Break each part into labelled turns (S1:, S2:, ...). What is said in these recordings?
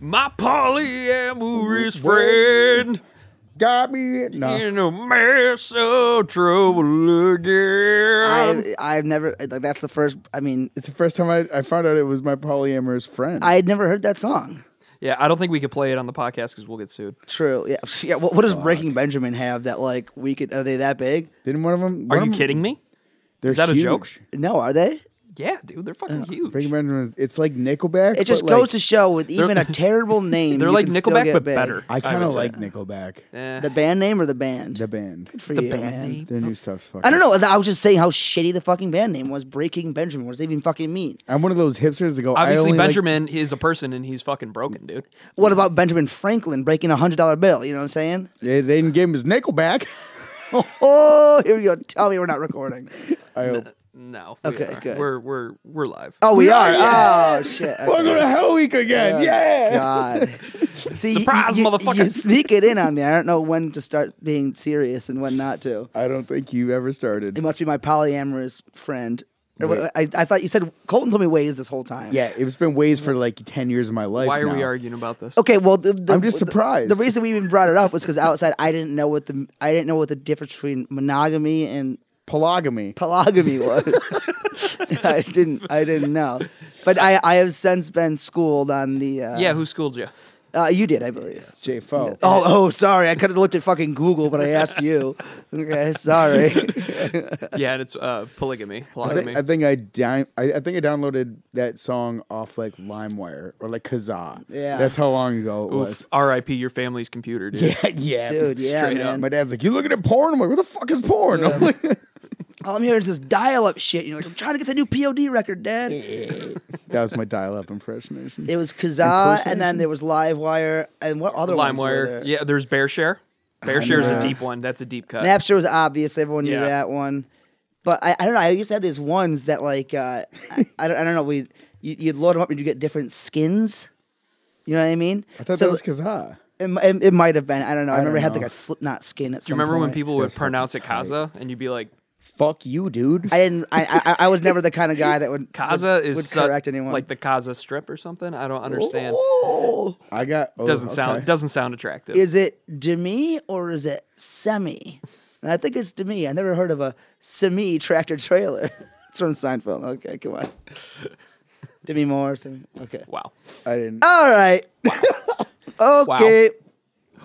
S1: My polyamorous friend
S2: Got me in. No.
S1: in a mess of trouble again.
S2: uh,
S3: I, I've never like that's the first. I mean,
S2: It's the first time I, I found out it was my polyamorous friend.
S3: I had never heard that song.
S1: yeah, I don't think we could play it on the podcast because we'll get sued.
S3: True. Yeah. Yeah. What, what does Breaking Benjamin have that like we could? Are they that big?
S2: Didn't one of them?
S1: Are you kidding me?
S2: Is
S1: that a joke?
S3: No, are they?
S1: Yeah, dude, they're
S2: uh,
S1: fucking huge.
S2: Breaking Benjamin. It's like Nickelback.
S3: It just
S2: but, like,
S3: goes to show with even a terrible name,
S1: They're
S3: you
S1: like
S3: can still
S1: Nickelback,
S3: get
S1: but
S3: big.
S1: better.
S2: I kind
S1: would
S2: of
S1: say.
S2: like Nickelback.
S1: Eh.
S3: The band name or the band?
S2: The band.
S3: Good for
S1: the
S3: you,
S1: band
S3: man.
S1: name.
S2: Their new stuff's fucking.
S3: I don't know. I was just saying how shitty the fucking band name was. Breaking Benjamin. What does it even fucking mean?
S2: I'm one of those hipsters that go. I
S1: Obviously,
S2: only like-
S1: Benjamin is a person and he's fucking broken, dude.
S3: What about Benjamin Franklin breaking a hundred dollar bill? You know what I'm saying?
S2: they, they didn't give him his Nickelback.
S3: Oh, here we go. Tell me we're not recording.
S2: I hope.
S1: No.
S3: Okay,
S1: we are.
S3: good.
S1: We're we're we're live.
S3: Oh, we
S2: Yeah,
S3: are.
S2: yeah.
S3: Oh shit. Okay.
S2: Welcome to Hell Week again. Yeah.
S3: God. See, you-
S1: Surprise,
S3: you,
S1: motherfucker.
S3: You sneak it in on me. I don't know when to start being serious and when not to.
S2: I don't think you ever started.
S3: It must be my polyamorous friend. Or
S2: Wait.
S3: I, I thought you said Colton told me ways this whole time.
S2: Yeah, it's been ways for like ten years of my life.
S1: Why are we
S2: now.
S1: arguing about this?
S3: Okay, well, the, the,
S2: I'm just
S3: the-
S2: surprised.
S3: The, reason we even brought it up was because outside, I didn't know what the I didn't know what the difference between monogamy and
S2: Polygamy.
S3: polygamy was. I didn't I didn't know, but I I have since been schooled on the uh,
S1: Yeah, who schooled you?
S3: uh, you did I believe.
S2: J Fo.
S3: Oh, oh, sorry. I could have looked at fucking Google, but I asked you. Okay, sorry.
S1: Yeah, and it's uh, polygamy.
S2: I
S1: Polygamy.
S2: think I think I, di- I I think I downloaded that song off like LimeWire or like Kazaa.
S3: Yeah.
S2: that's how long ago it
S1: Oof,
S2: was.
S1: R.I.P. Your family's computer, dude.
S2: Yeah, yeah,
S3: Dude, yeah,
S2: straight up.
S3: man.
S2: My dad's like, "You looking at porn?" I'm like, "What the fuck is porn?" I'm like,
S3: All I'm hearing is this dial-up shit. You know, like, I'm trying to get the new POD record, Dad.
S2: that was my dial-up impersonation.
S3: It was Kazaa, and
S2: Impersonation?
S3: then there was LiveWire, and what other ones were
S1: LimeWire.
S3: there? Uh-huh.
S1: Yeah, there's BearShare. BearShare is a
S3: Yeah.
S1: deep one. That's a deep cut.
S3: Napster was obvious. Everyone knew
S1: Yeah.
S3: that one. But I, I don't know. I used to have these ones that like uh, I, I don't, I don't know. We you, you'd load them up and you get different skins. You know what I mean?
S2: I thought that was Kazaa.
S3: it, mi- it, it might have been. I don't know. I,
S2: I
S3: remember
S2: don't
S3: I had
S2: know.
S3: like a Slipknot skin at some
S1: Do you remember when
S3: point.
S1: people would
S2: That's fucking
S1: pronounce it
S2: tight.
S1: Kaza and you'd be like,
S2: Fuck you, dude.
S3: I didn't. I, I I was never the kind of guy that would
S1: Kaza
S3: would,
S1: is
S3: would
S1: su-
S3: correct anyone.
S1: like the Kaza strip or something? I don't understand.
S3: Oh,
S2: I got oh,
S1: Doesn't
S2: okay.
S1: sound doesn't sound attractive.
S3: is it demi or is it semi? And I think it's demi. I never heard of a semi tractor trailer. it's from Seinfeld. Okay, come on. Demi Moore. Semi. Okay. Oh.
S1: wow.
S2: I didn't.
S3: All right. okay. Um,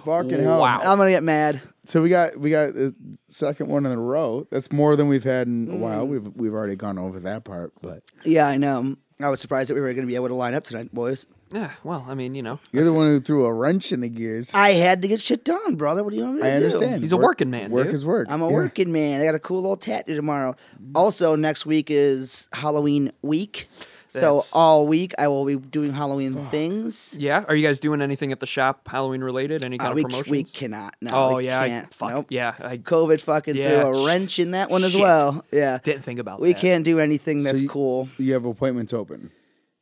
S2: Fucking hell.
S1: Wow.
S3: I'm gonna get mad.
S2: So we got we got the second one in a row. That's more than we've had in a
S3: Mm.
S2: while. We've we've already gone over that part, but
S3: Yeah, I know. I was surprised that we were gonna be able to line up tonight, boys.
S1: Yeah, well, I mean, you know.
S2: you're the one who threw a wrench in the gears.
S3: I had to get shit done, brother. What do you want me to
S2: I
S3: do?
S2: understand.
S1: He's a working man,
S2: Work
S1: dude.
S2: is work.
S3: I'm a
S2: Yeah.
S3: working man. I got a cool little tattoo tomorrow. Also, next week is Halloween week. So
S1: That's-
S3: all week I will be doing Halloween things.
S1: Yeah. Are you guys doing anything at the shop Halloween related? Any kind
S3: Uh,
S1: of
S3: we,
S1: promotions?
S3: we cannot. No,
S1: oh
S3: we
S1: yeah. I-
S3: can't.
S1: fuck.
S3: Nope.
S1: Yeah. I
S3: COVID fucking
S1: Yeah,
S3: threw
S1: sh-
S3: a wrench in that one as
S1: shit.
S3: well. Yeah,
S1: didn't think about
S3: we
S1: that.
S3: can't do anything
S2: So
S3: that's
S2: you-
S3: cool. Oh.
S2: You have appointments open,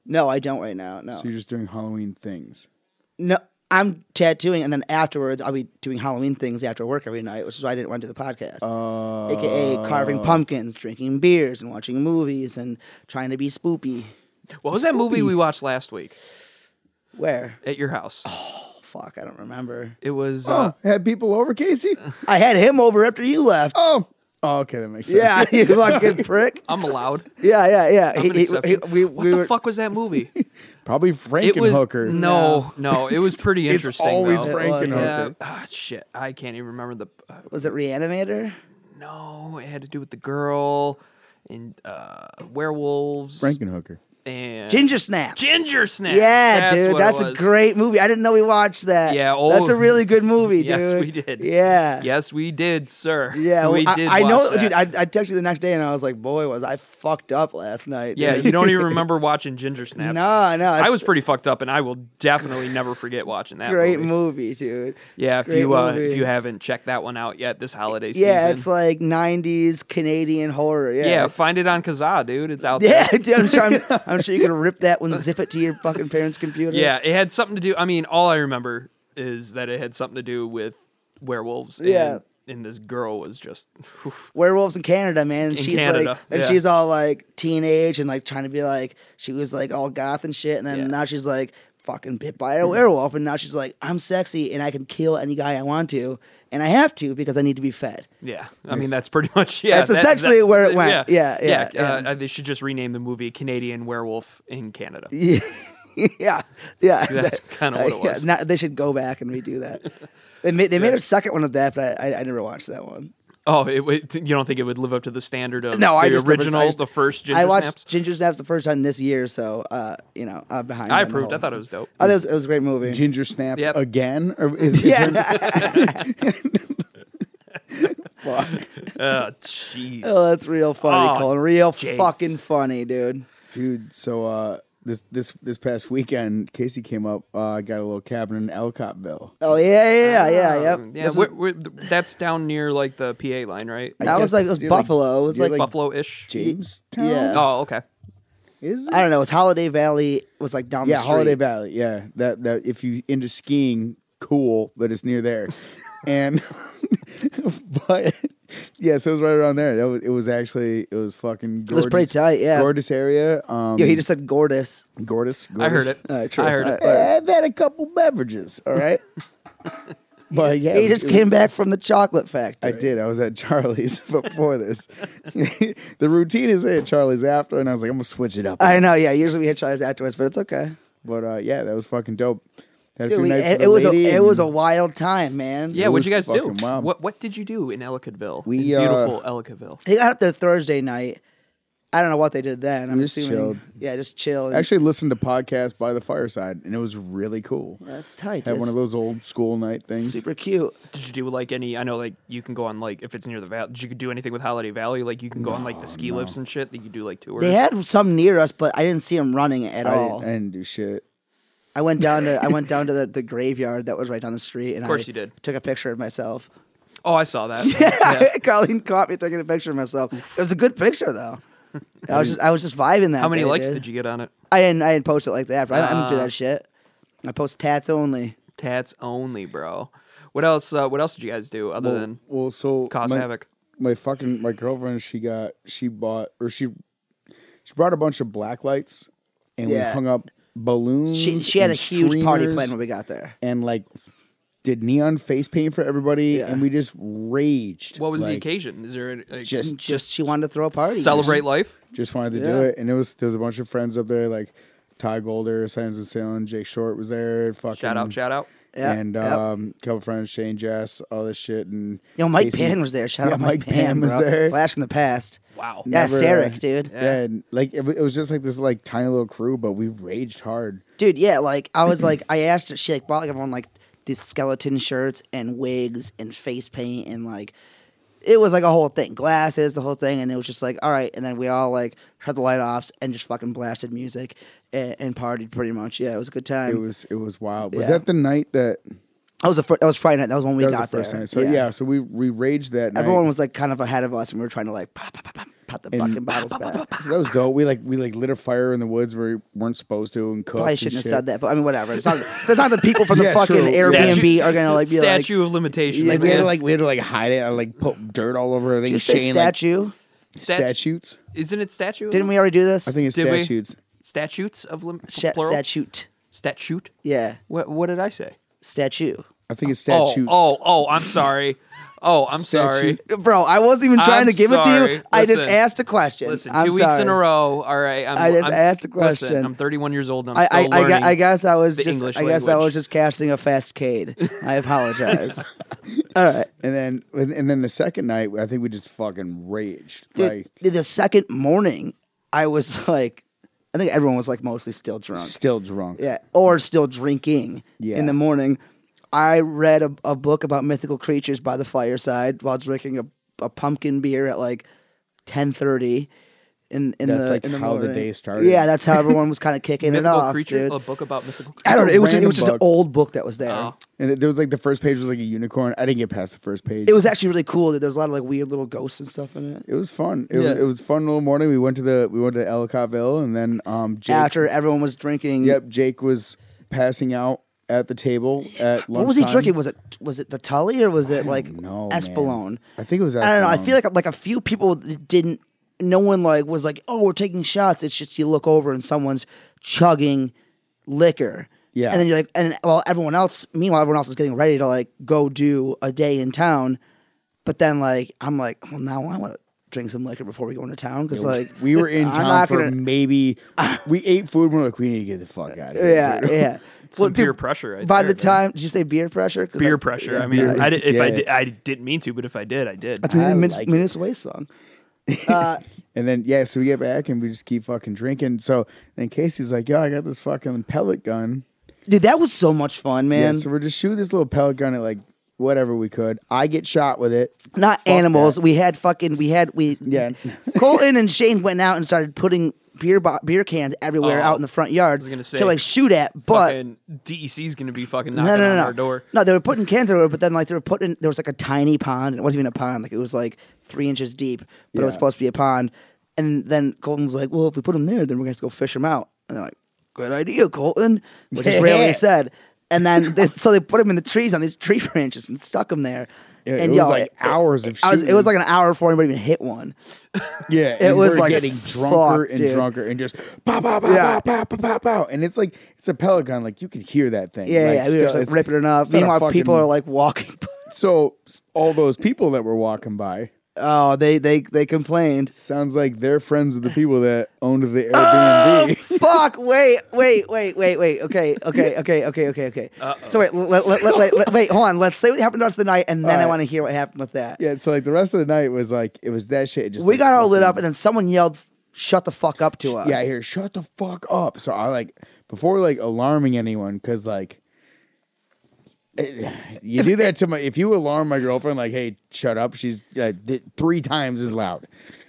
S3: No, I don't right now. No,
S2: so you're just doing Halloween things.
S3: No, I'm tattooing, and then afterwards, I'll be doing Halloween things after work every night, which is why I didn't want to do the podcast. AKA carving
S1: Uh,
S3: pumpkins, drinking beers, and watching movies, and trying to be spoopy.
S1: What was that movie we watched last week
S3: Where?
S1: at your house?
S3: Oh, fuck, I don't remember.
S1: It was. Uh,
S2: Oh, had people over, Casey?
S3: I had him over after you left.
S2: Oh, oh, okay, that makes sense.
S3: Yeah, you fucking prick.
S1: I'm allowed.
S3: Yeah, yeah, yeah.
S1: I'm an
S3: He- he-
S1: exception.
S3: he- we,
S1: what
S3: we
S1: the
S3: were,
S1: fuck was that movie?
S2: probably
S1: it was
S2: Frankenhooker.
S1: No, no, it was pretty
S2: It's
S1: interesting.
S2: always
S1: though.
S3: Frank
S2: and
S1: yeah.
S2: Hooker.
S1: Ah, shit, I can't even remember the. Uh,
S3: Was it Reanimator?
S1: no, it had to do with the girl and uh, werewolves
S2: Frankenhooker.
S1: and
S3: Ginger Snaps.
S1: Ginger Snaps.
S3: Yeah,
S1: That's
S3: dude,
S1: what it
S3: that's a
S1: was.
S3: great movie. I didn't know we watched that.
S1: Yeah,
S3: that's
S1: oh,
S3: a really good movie, dude.
S1: Yes, we did.
S3: Yeah,
S1: Yes, we did, sir.
S3: Yeah, well,
S1: we
S3: I-
S1: did.
S3: I, know,
S1: watch that.
S3: dude. I, I texted you the next day and I was like, "Boy, was I fucked up last night."
S1: yeah,
S3: dude."
S1: you don't even remember watching Ginger Snaps.
S3: no, no.
S1: I
S3: it's
S1: was pretty fucked up, and I will definitely never forget watching
S3: a
S1: that.
S3: great
S1: movie.
S3: movie, dude.
S1: Yeah, if
S3: Great
S1: you uh, if
S3: movie.
S1: you haven't checked that one out yet this holiday season,
S3: Yeah, it's like '90s Canadian horror. Yeah,
S1: yeah, find it on Kazaa, dude. It's out
S3: yeah.
S1: there.
S3: dude, I'm, sure, I'm, I'm sure you could rip that one, zip it to your fucking parents' computer.
S1: Yeah, it had something to do. I mean, all I remember is that it had something to do with werewolves. And,
S3: Yeah.
S1: and this girl was just oof.
S3: werewolves in Canada, man. And
S1: In
S3: she's
S1: Canada,
S3: like, and
S1: yeah.
S3: she's all like teenage and like trying to be like, she was like all goth and shit, and then
S1: Yeah. Mm-hmm.
S3: now she's like fucking bit by a werewolf, and now she's like, I'm sexy and I can kill any guy I want to, and I have to because I need to be fed.
S1: Yeah, I mean that's pretty much yeah.
S3: That's essentially where it went. Yeah,
S1: yeah.
S3: yeah,
S1: uh,
S3: yeah.
S1: uh, They should just rename the movie "Canadian Werewolf in Canada."
S3: Yeah, yeah, yeah.
S1: That's
S3: that-
S1: kinda what it
S3: yeah,
S1: was.
S3: not- they should go back and redo that. they made, they made a second one of that, but I, I, I never watched that one.
S1: Oh, it, would- you don't think it would live up to the standard of
S3: No,
S1: the
S3: I just never-
S1: original,
S3: I just-
S1: the first Ginger
S3: I watched
S1: Snaps?
S3: Ginger Snaps the first time this year, so uh, you know, uh, behind.
S1: I
S3: on the
S1: approved. I
S3: whole-
S1: thought it was dope.
S3: I thought it was, it was a great movie.
S2: Ginger snaps
S1: Yep.
S2: again? Or is, is her-
S3: yeah.
S2: fuck.
S1: Oh, jeez.
S3: oh, that's real funny,
S1: Oh,
S3: Colin. Real
S1: James.
S3: fucking funny, dude.
S2: dude? So uh, this this this past weekend, Casey came up. Uh, got a little cabin in Elcottville.
S3: Oh yeah, yeah, yeah, yeah. Yep.
S1: Oh, Um, Yeah,
S3: This was-
S1: we're- we're- that's down near like the PA line, right?
S2: I
S3: that was
S2: guess
S3: like it was
S2: you're
S3: Buffalo. it was
S2: you're
S3: like,
S1: Buffalo-ish.
S2: Jamestown.
S3: Yeah.
S1: Oh, okay.
S2: Is it?
S3: I don't know. It was Holiday Valley. Was like down
S2: yeah,
S3: the street.
S2: Holiday Valley. Yeah, that that if you into skiing, cool, but it's near there, and but yeah, so it was right around there. That was, it was actually it was fucking. Gorgeous,
S3: was pretty tight, yeah.
S2: gorgeous area. Um,
S3: Yo, he just said gorgeous.
S2: gorgeous, gorgeous.
S1: I heard it.
S3: All right, true.
S1: I heard
S3: All
S1: it.
S3: right.
S2: Yeah, I've had a couple beverages. All right, but yeah,
S3: He
S2: it
S3: just
S2: was-
S3: came back from the chocolate factory.
S2: I did. I was at Charlie's before this. the routine is at Charlie's after, and I was like, I'm gonna switch it up.
S3: I know. Yeah. Usually we hit shots afterwards, but it's okay.
S2: but uh, yeah, that was fucking dope. Had a
S3: Dude,
S2: few
S3: we,
S2: nights with
S3: it,
S2: the
S3: it was a
S2: lady
S3: it was
S2: and-
S3: a wild time, man.
S1: Yeah, what'd you guys
S2: was
S1: do?
S2: fucking wild.
S1: What What did you do in Ellicottville?
S2: We, uh,
S1: In beautiful Ellicottville.
S3: He got up there Thursday night. I don't know what they did then. I'm
S2: Just
S3: assuming.
S2: chilled.
S3: Yeah, just chill. and-
S2: actually listened to podcasts by the fireside, and it was really cool.
S3: that's tight.
S2: Had one of
S3: It's
S2: those old school night things.
S3: Super cute.
S1: Did you do like any? I know like you can go on like if it's near the valley. Did you do anything with Holiday Valley? Like you can go on like the ski lifts and shit. That you do like tours.
S3: They had some near us, but I didn't see them running at
S2: I,
S3: all.
S2: didn't, I didn't do shit.
S3: I went down to I went down to the, the graveyard that was right down the street, and of
S1: course
S3: I
S1: you did.
S3: Took a picture of myself.
S1: Oh, I saw that. Yeah.
S3: Colleen caught me taking a picture of myself. It was a good picture though. I was just I was just vibing that.
S1: How many
S3: day,
S1: likes
S3: dude.
S1: did you get on it?
S3: I didn't I didn't post it like that. But I, I don't do
S1: Ah.
S3: that shit. I post tats only.
S1: Tats only, bro. What else? Uh, what else did you guys do other
S2: Well,
S1: than
S2: well, so
S1: cause
S2: my,
S1: havoc?
S2: My fucking my girlfriend, she got she bought or she she brought a bunch of black lights, and
S3: Yeah.
S2: we hung up balloons.
S3: She she had a
S2: and
S3: huge party
S2: streamers
S3: plan when we got there.
S2: and like did neon face paint for everybody,
S3: Yeah.
S2: and we just raged.
S1: What was the
S2: Like,
S1: occasion? Is there a,
S2: Just
S3: Just she wanted to throw a party.
S1: celebrate life?
S2: Just wanted to do
S3: Yeah.
S2: it, and it was there's a bunch of friends up there like Ty Golder, Signs and Sailing, Jake Short was there. Fucking
S1: Shout out! Shout out!
S3: Yeah,
S2: and
S3: yep.
S2: um, a couple friends, Shane, Jess, all this shit, and
S3: Yo, Mike
S2: Casey.
S3: Pan was there. Shout
S2: Yeah,
S3: out Mike,
S2: Mike
S3: Pan,
S2: Pan was
S3: bro.
S2: there.
S3: Flash in the past.
S1: Wow.
S3: Yeah,
S2: Never, uh,
S3: Sarek, dude.
S2: Yeah, and, like it, wa- it was just like this like tiny little crew, but we raged hard.
S3: Dude, yeah, like I was like I asked her she like bought like everyone like these skeleton shirts and wigs and face paint and like it was like a whole thing. Glasses, the whole thing, and it was just like, all right, and then we all like shut the light offs and just fucking blasted music and, and partied pretty much. Yeah, it was a good time.
S2: It was it was wild. Was
S3: Um, Yeah.
S2: that the night that
S3: that was the fir- that was Friday night, that was when we
S2: that was the
S3: got
S2: first
S3: there.
S2: night? So yeah. so we we raged that night.
S3: Everyone was like kind of ahead of us and we were trying to like pop pop pop pop, pop the fucking bottles back.
S2: so that was dope. We like we like lit a fire in the woods where we weren't supposed to and cooked.
S3: Probably
S2: and
S3: shouldn't have
S2: shit.
S3: said that, but I mean whatever. It's not, so it's not the people from the
S2: Yeah,
S3: fucking
S2: true.
S3: Airbnb
S1: Statue-
S3: are gonna like be like
S1: statue of limitation.
S2: Like we had
S1: man.
S2: to like we had to like hide it. I like put dirt all over everything.
S3: you say
S2: Shane, like,
S3: statue.
S1: Stat-
S2: statutes.
S1: Isn't it statue?
S3: Didn't we already do this?
S2: I think it's
S1: Did we?
S2: statutes.
S1: statutes of lim-
S3: Sh-
S1: plural?
S3: statute.
S1: statute.
S3: Yeah,
S1: What what did I say?
S3: statue.
S2: I think it's
S1: Oh,
S2: statutes.
S1: Oh, oh, I'm sorry. Oh, I'm sorry.
S2: Statute.
S3: Bro, I wasn't even trying
S1: I'm
S3: to give it to you.
S1: sorry.
S3: I just
S1: Listen.
S3: asked a question.
S1: Listen, 2
S3: I'm
S1: weeks in a
S3: sorry.
S1: row. All right, I'm,
S3: I just
S1: I'm-
S3: asked a
S1: listen,
S3: question.
S1: I'm 31 years old. And I'm
S3: I, I,
S1: still
S3: I,
S1: learning.
S3: gu- I guess I was
S1: the
S3: just
S1: English
S3: I guess I
S1: language.
S3: was just casting a fast cade. I apologize. All right.
S2: And then and and then the second night, I think we just fucking raged.
S3: Dude,
S2: like
S3: the second morning, I was like, I think everyone was like mostly still drunk.
S2: still drunk.
S3: Yeah, or still drinking
S2: Yeah.
S3: in the morning. I read a, a book about mythical creatures by the fireside while drinking a, a pumpkin beer at like ten thirty. In in
S2: That's
S3: the
S2: like
S3: in the
S2: how the
S3: morning.
S2: day started.
S3: Yeah, that's how everyone was kind of kicking it
S1: mythical
S3: off.
S1: creature,
S3: dude. Ah,
S1: a book about mythical.
S3: I don't know.
S2: It's a
S3: It was it
S2: random
S3: was just an
S2: book.
S3: old book that was there.
S1: Oh.
S2: And there was like the first page was like a unicorn. I didn't get past the first page.
S3: It was actually really cool. There was a lot of like weird little ghosts and stuff in it.
S2: It was fun. It
S3: Yeah.
S2: was it was a fun little morning. We went to the we went to Ellicottville and then um Jake
S3: After everyone was drinking,
S2: Yep, Jake was passing out at the table at lunchtime.
S3: What was he drinking? Was it was it the Tully or was it like
S2: know, man.
S3: Espolone?
S2: I think it was
S3: I don't know. I
S2: Espolòn.
S3: feel like like a few people didn't. No one like was like, oh, we're taking shots. It's just you look over and someone's chugging liquor.
S2: Yeah.
S3: And then you're like, and well, everyone else, meanwhile, everyone else is getting ready to like go do a day in town. But then like, I'm like, well, now I want to drink some liquor before we go into town. Cause like,
S2: we were in
S3: I'm
S2: town
S3: not
S2: for
S3: gonna- Uh,
S2: maybe we ate food. We're like, we need to get the fuck out of here.
S3: yeah,
S2: dude.
S3: yeah.
S1: Some peer pressure right
S3: by
S1: there,
S3: the
S1: man.
S3: time, did you say beer pressure? 'Cause
S1: Beer
S3: that's-
S1: pressure.
S3: yeah,
S1: I mean,
S2: beer-
S1: I did, if I
S2: yeah.
S1: did, I didn't mean to, but if I did, I did.
S3: That's Min-
S2: I
S3: Min-
S2: like it.
S3: Minutes Away song. Uh,
S2: And then yeah, so we get back and we just keep fucking drinking. So then Casey's like, yo, I got this fucking pellet gun.
S3: dude, that was so much fun, man.
S2: yeah, so we're just shooting this little pellet gun at like whatever we could. I get shot with it.
S3: Not
S2: Fuck
S3: animals.
S2: that.
S3: We had fucking. We had we.
S2: Yeah.
S3: Colton and Shane went out and started putting beer bo- beer cans everywhere
S1: Oh,
S3: out in the front yard.
S1: was gonna say,
S3: to like shoot at, but
S1: fucking DEC's gonna be fucking
S3: no,
S1: knocking
S3: no,
S1: on
S3: no,
S1: our
S3: no.
S1: door.
S3: No, they were putting cans everywhere, but then like they were putting there was like a tiny pond. It wasn't even a pond. Like it was like three inches deep, but it was
S2: Yeah.
S3: supposed to be a pond. And then Colton was like, "Well, if we put them there, then we're gonna have to go fish them out." And they're like, "Good idea, Colton," which is really
S2: Yeah.
S3: said. And then they, so they put them in the trees on these tree branches and stuck them there.
S2: Yeah,
S3: and
S2: it was
S3: yo,
S2: like hours of
S3: I was, it
S2: shooting.
S3: was like an hour before anybody even hit one.
S2: Yeah,
S3: It
S2: and
S3: was
S2: we're
S3: like,
S2: getting drunker
S3: fuck,
S2: and
S3: dude.
S2: drunker and just pow pow pow
S3: Yeah.
S2: pow pow pow pow pow, and it's like it's a pellet gun. Like you could hear that thing.
S3: Yeah,
S2: like,
S3: yeah, we
S2: still-
S3: were just like
S2: it's-
S3: ripping it up.
S2: it's not a
S3: Meanwhile, people
S2: fucking-
S3: are like walking.
S2: So s- all those people that were walking by
S3: oh, they they they complained.
S2: sounds like they're friends of the people that owned the Airbnb.
S3: Fuck! Wait, wait, wait, wait, wait. Okay, okay, okay, okay, okay, okay. So wait, let, let, let, let, let- wait, hold on. Let's say what happened the rest of the night, and then I
S2: Alright.
S3: want to hear what happened with that.
S2: yeah, so like the rest of the night was like it was that shit. Just
S3: we
S2: like,
S3: got all lit
S2: fucking-
S3: up, and then someone yelled, "Shut the fuck up!" to us.
S2: Yeah, I hear shut the fuck up. So I like before like alarming anyone because like. it- You do that to my. If you alarm my girlfriend, like, "Hey, shut up," she's uh, th- three times as loud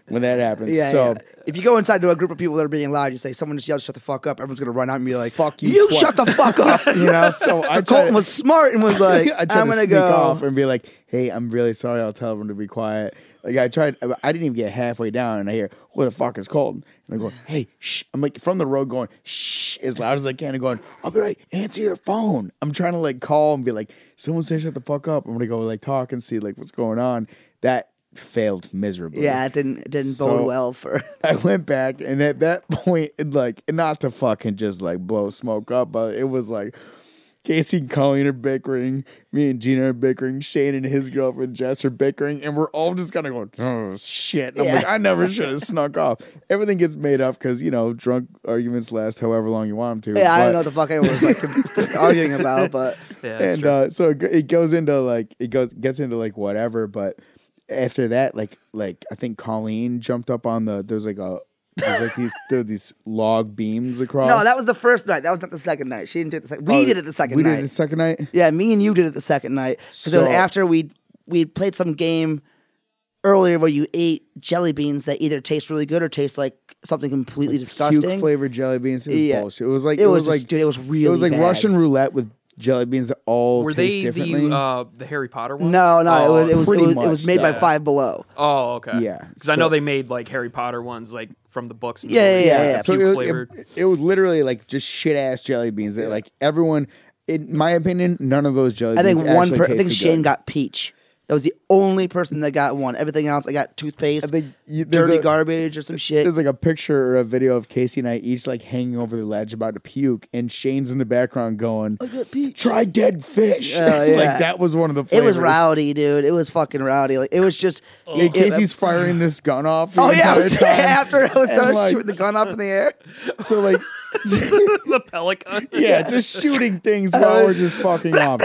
S2: when that happens.
S3: Yeah,
S2: so
S3: yeah. If you go inside to a group of people that are being loud, you say someone just yelled, "Shut the fuck up!" Everyone's gonna run out and be like,
S2: Fuck you,
S3: You
S2: fuck."
S3: shut the fuck up!" You know.
S2: So I try
S3: Colton
S2: to-
S3: was smart and was like,
S2: I
S3: "I'm
S2: tried to
S3: gonna
S2: sneak
S3: go."
S2: off and be like, "Hey, I'm really sorry. I'll tell everyone to be quiet." Like I tried, I- I didn't even get halfway down, and I hear, "What the fuck is Colton?" And I go, "Hey, shh!" I'm like from the road going, "Shh!" as loud as I can, and going, "I'll be right. Answer your phone." I'm trying to like call and be like, "Someone say shut the fuck up." I'm gonna go like talk and see like what's going on. That failed miserably.
S3: Yeah, it didn't it didn't
S2: So-
S3: bode well for.
S2: I went back, and at that point, it like not to fucking just like blow smoke up, but it was like Casey and Colleen are bickering, me and Gina are bickering, Shane and his girlfriend Jess are bickering, and we're all just kind of going, oh shit. And I'm like,
S3: Yeah.
S2: I never should have snuck off. Everything gets made up because you know drunk arguments last however long you want them to.
S3: Yeah, I don't know
S2: but-
S3: what the fuck anyone was like arguing about, but
S1: Yeah, that's
S2: and
S1: true.
S2: uh, so it go- it goes into like it goes gets into like whatever, but after that, like like I think Colleen jumped up on the there's like a there's like these there were these log beams across.
S3: no, that was the first night. That was not the second night. She didn't do it the second. We
S2: Oh,
S3: did it the second
S2: We
S3: night.
S2: did it the second night.
S3: yeah, me and you did it the second night because it was
S2: So-
S3: after we we played some game earlier where you ate jelly beans that either taste really good or taste like something completely
S2: Puke
S3: disgusting.
S2: flavored jelly beans. It was
S3: Yeah.
S2: bullshit. It was like
S3: It,
S2: it, was,
S3: was, just,
S2: like
S3: dude, it was really
S2: it was like
S3: bad.
S2: Russian roulette with jelly beans that all
S1: Were
S2: taste
S1: they
S2: differently.
S1: the uh, the Harry Potter ones?
S3: No, no,
S1: Oh,
S3: it was it was
S2: pretty
S3: it was, it was
S2: much
S3: made by
S2: that.
S3: Five Below.
S1: Oh, okay.
S2: Yeah,
S1: because I know
S2: so-
S1: they made like Harry Potter ones like from the books. And
S3: Yeah,
S1: everything,
S3: yeah,
S1: like,
S3: yeah.
S1: a
S2: So
S1: few
S2: it,
S1: flavored.
S2: it, it was literally like just shit ass jelly beans that like everyone, in my opinion, none of those jelly
S3: I
S2: beans.
S3: think one.
S2: actually
S3: Per- I think
S2: tasted
S3: Shane
S2: good.
S3: got peach. That was the only person that got one. Everything else, I got toothpaste,
S2: I think you- there's
S3: dirty
S2: a-
S3: garbage or some shit.
S2: There's like a picture or a video of Casey and I each like hanging over the ledge about to puke, and Shane's in the background going,
S3: got peach.
S2: "Try dead fish."
S3: Oh, yeah.
S2: like that was one of the.
S3: It
S2: Flavors.
S3: was rowdy, dude. It was fucking rowdy. Like it was just.
S2: Yeah,
S3: it- it-
S2: Casey's firing this gun off. The
S3: oh yeah, I
S2: entire
S3: was-
S2: time.
S3: after I was
S2: And,
S3: done
S2: like-
S3: shooting the gun up in the air.
S2: So like,
S1: the pelican.
S2: yeah, just shooting things while we're just fucking off.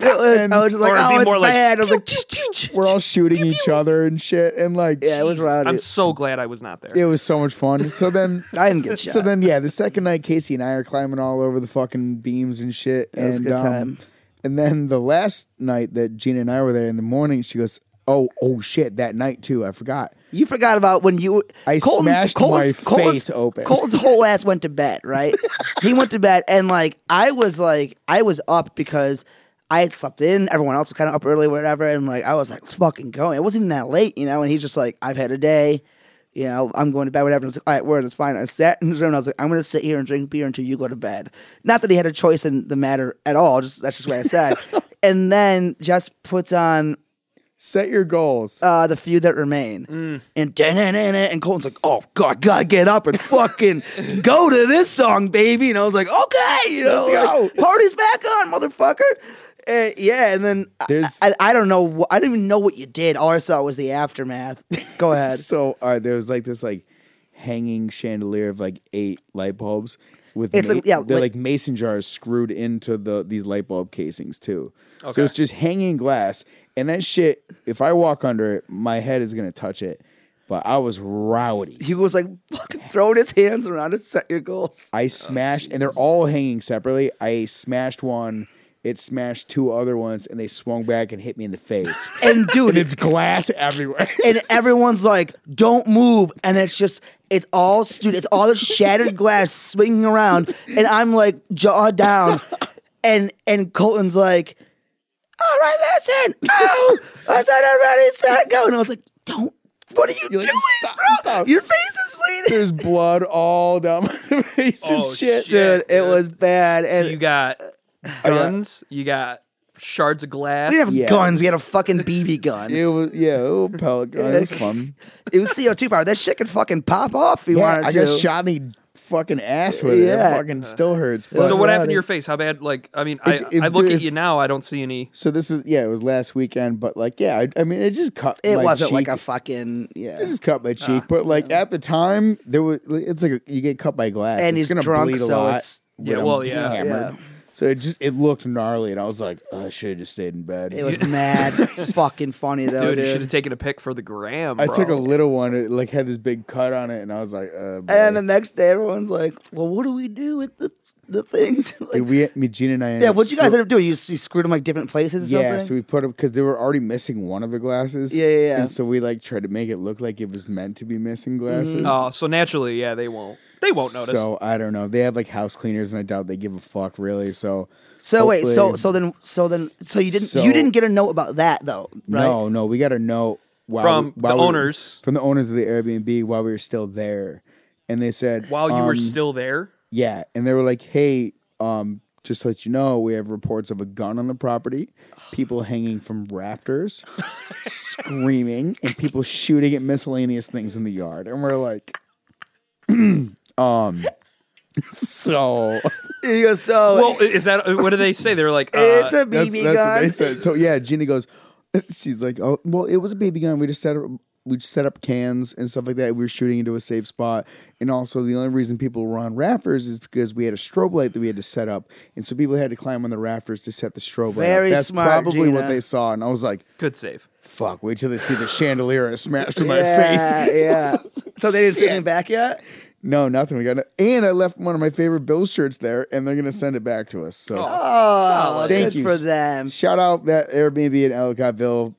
S3: It was, I was just like,
S1: or it'd be
S3: oh, it's
S1: more like,
S3: bad. I was like,
S2: We're all shooting each other and shit, and like,
S3: yeah, it was rowdy.
S1: I'm so glad I was not there.
S2: it was so much fun. So then.
S3: I didn't get shot.
S2: So then, yeah, the second night, Casey and I are climbing all over the fucking beams and shit.
S3: was a
S2: and,
S3: good
S2: um,
S3: time.
S2: and then the last night that Gina and I were there in the morning, she goes, "Oh, oh shit, that night too. I forgot."
S3: you forgot about when you.
S2: I smashed my face open.
S3: Colton's whole ass went to bed. Right, he went to bed, and like I was like I was up because. I had slept in. Everyone else was kind of up early, whatever. And like, I was like, "Let's fucking go." It wasn't even that late, you know. And he's just like, "I've had a day, you know. I'm going to bed, whatever." And I was like, "All right, word, that's fine." I sat in his room. And I was like, "I'm going to sit here and drink beer until you go to bed." Not that he had a choice in the matter at all. Just that's just what I said. and then Jess puts on
S2: Set your goals.
S3: uh, the few that remain. And da-na-na-na, and Colton's like, oh God, gotta get up and fucking go to this song, baby. And I was like, okay, you know,
S2: Let's
S3: like, party's back on, motherfucker. Uh, yeah, and then I-
S2: There's-
S3: I, I, don't know, wh- I don't even know what you did. All I saw was the aftermath. Go ahead.
S2: So all right, there was like this like hanging chandelier of like eight light bulbs with
S3: It's like- yeah,
S2: they're like,
S3: like-
S2: mason jars screwed into the these light bulb casings too. So it's just hanging glass, and that shit. If I walk under it, my head is gonna touch it. But I was rowdy.
S3: he was like fucking throwing his hands around and set your goals.
S2: I smashed, and they're all hanging separately. I smashed one. It smashed two other ones, and they swung back and hit me in the face.
S3: And dude,
S2: and it's glass everywhere.
S3: and everyone's like, "Don't move," and it's just. It's all, dude. It's all the shattered glass swinging around, and I'm like jaw down, and and Colton's like, "All right, listen, oh, I said already, set go," and I was like, "Don't, what are you
S2: You're like,
S3: doing,
S2: "Stop,
S3: bro?
S2: stop."
S3: Your face is bleeding,
S2: There's blood all down my face
S1: Oh,
S2: and shit.
S1: shit. Yeah,
S3: dude. It was bad, and uh,
S1: So you got guns, you got shards of glass.
S3: we didn't have
S2: Yeah.
S3: guns. We had a fucking BB gun.
S2: It was yeah, it was pellet gun. It was fun.
S3: It was CO2 power. That shit could fucking pop off if you
S2: Yeah,
S3: wanted
S2: I
S3: to.
S2: got shot in the fucking ass with it.
S3: Yeah.
S2: It fucking still hurts. But
S1: so
S2: so,
S1: what happened
S3: Right.
S1: to your face? How bad? Like, I mean, I,
S2: It- it-
S1: I look
S2: dude,
S1: at
S2: it-
S1: you now. I don't see any.
S2: this is yeah, it was last weekend, but like yeah, I, I mean it just cut.
S3: It
S2: my
S3: wasn't like
S2: cheek.
S3: a fucking yeah.
S2: It just cut
S3: Ah,
S2: my cheek, but like at the time there was it's like you get cut by glass
S3: And
S2: it's
S3: he's
S2: gonna
S3: drunk,
S2: bleed a
S3: so
S2: lot.
S3: it's-
S2: but
S1: Yeah,
S2: I'm
S1: well, yeah.
S2: hammered.
S3: Yeah.
S2: So it just it looked gnarly, and I was like, oh, I should have just stayed in bed.
S3: It was mad fucking funny though,
S1: Dude,
S3: dude.
S1: you should have taken a pic for the gram.
S2: I
S1: bro.
S2: took a little one. It like had this big cut on it, and I was like, uh,
S3: and
S2: boy.
S3: the next day, everyone's like, "Well, what do we do with the the things?" like,
S2: Dude, we, me, Gina and I. ended
S3: yeah,
S2: up
S3: what you
S2: screw-
S3: guys end up doing? You, s- you screwed them like different places. Or
S2: Yeah, so
S3: something?
S2: we put them because they were already missing one of the glasses.
S3: Yeah, yeah, yeah.
S2: And so we like tried to make it look like it was meant to be missing
S3: Mm-hmm.
S2: glasses.
S1: Oh, so naturally, yeah, they won't. They won't notice.
S2: So I don't know. They have like house cleaners, and I doubt they give a fuck really. So
S3: So wait, so
S2: hopefully-
S3: so then so then so you didn't
S2: So-
S3: you didn't get a note about that though, right?
S2: no, no, we got to know
S3: uh,
S2: while
S1: From
S2: we-
S1: the
S2: while we-
S1: owners.
S2: from the owners of the Airbnb while we were still there, and they said
S1: While you were
S2: um,
S1: still there,
S2: Yeah, and they were like, "Hey, um, just to let you know, we have reports of a gun on the property, people hanging from rafters, screaming, and people shooting at miscellaneous things in the yard." And we're like, "Um, so
S3: You go, so eh,
S1: well, i- is that uh, what do they say? They're like, uh,
S3: Oh, it's a
S2: that's,
S3: BB
S2: that's what they
S3: gun.
S2: said." So yeah, Gina goes, "She's like, oh, well, it was a BB gun. We just set up." We just set up cans and stuff like that. We were shooting into a safe spot. And also, the only reason people were on rafters is because we had a strobe light that we had to set up. And so people had to climb on the rafters to set the strobe light. up.
S3: Very
S2: That's
S3: smart,
S2: probably
S3: Gina.
S2: what they saw. And I was like,
S1: good save.
S2: fuck, wait till they see the chandelier smashed to my
S3: yeah,
S2: face.
S3: yeah. So they didn't send it back yet.
S2: No, nothing. We got no- And I left one of my favorite Bill shirts there, and they're going to send it back to us. So.
S3: Oh,
S1: Solid.
S2: Thank
S3: good
S2: you.
S3: for them.
S2: Shout out that Airbnb in Ellicottville.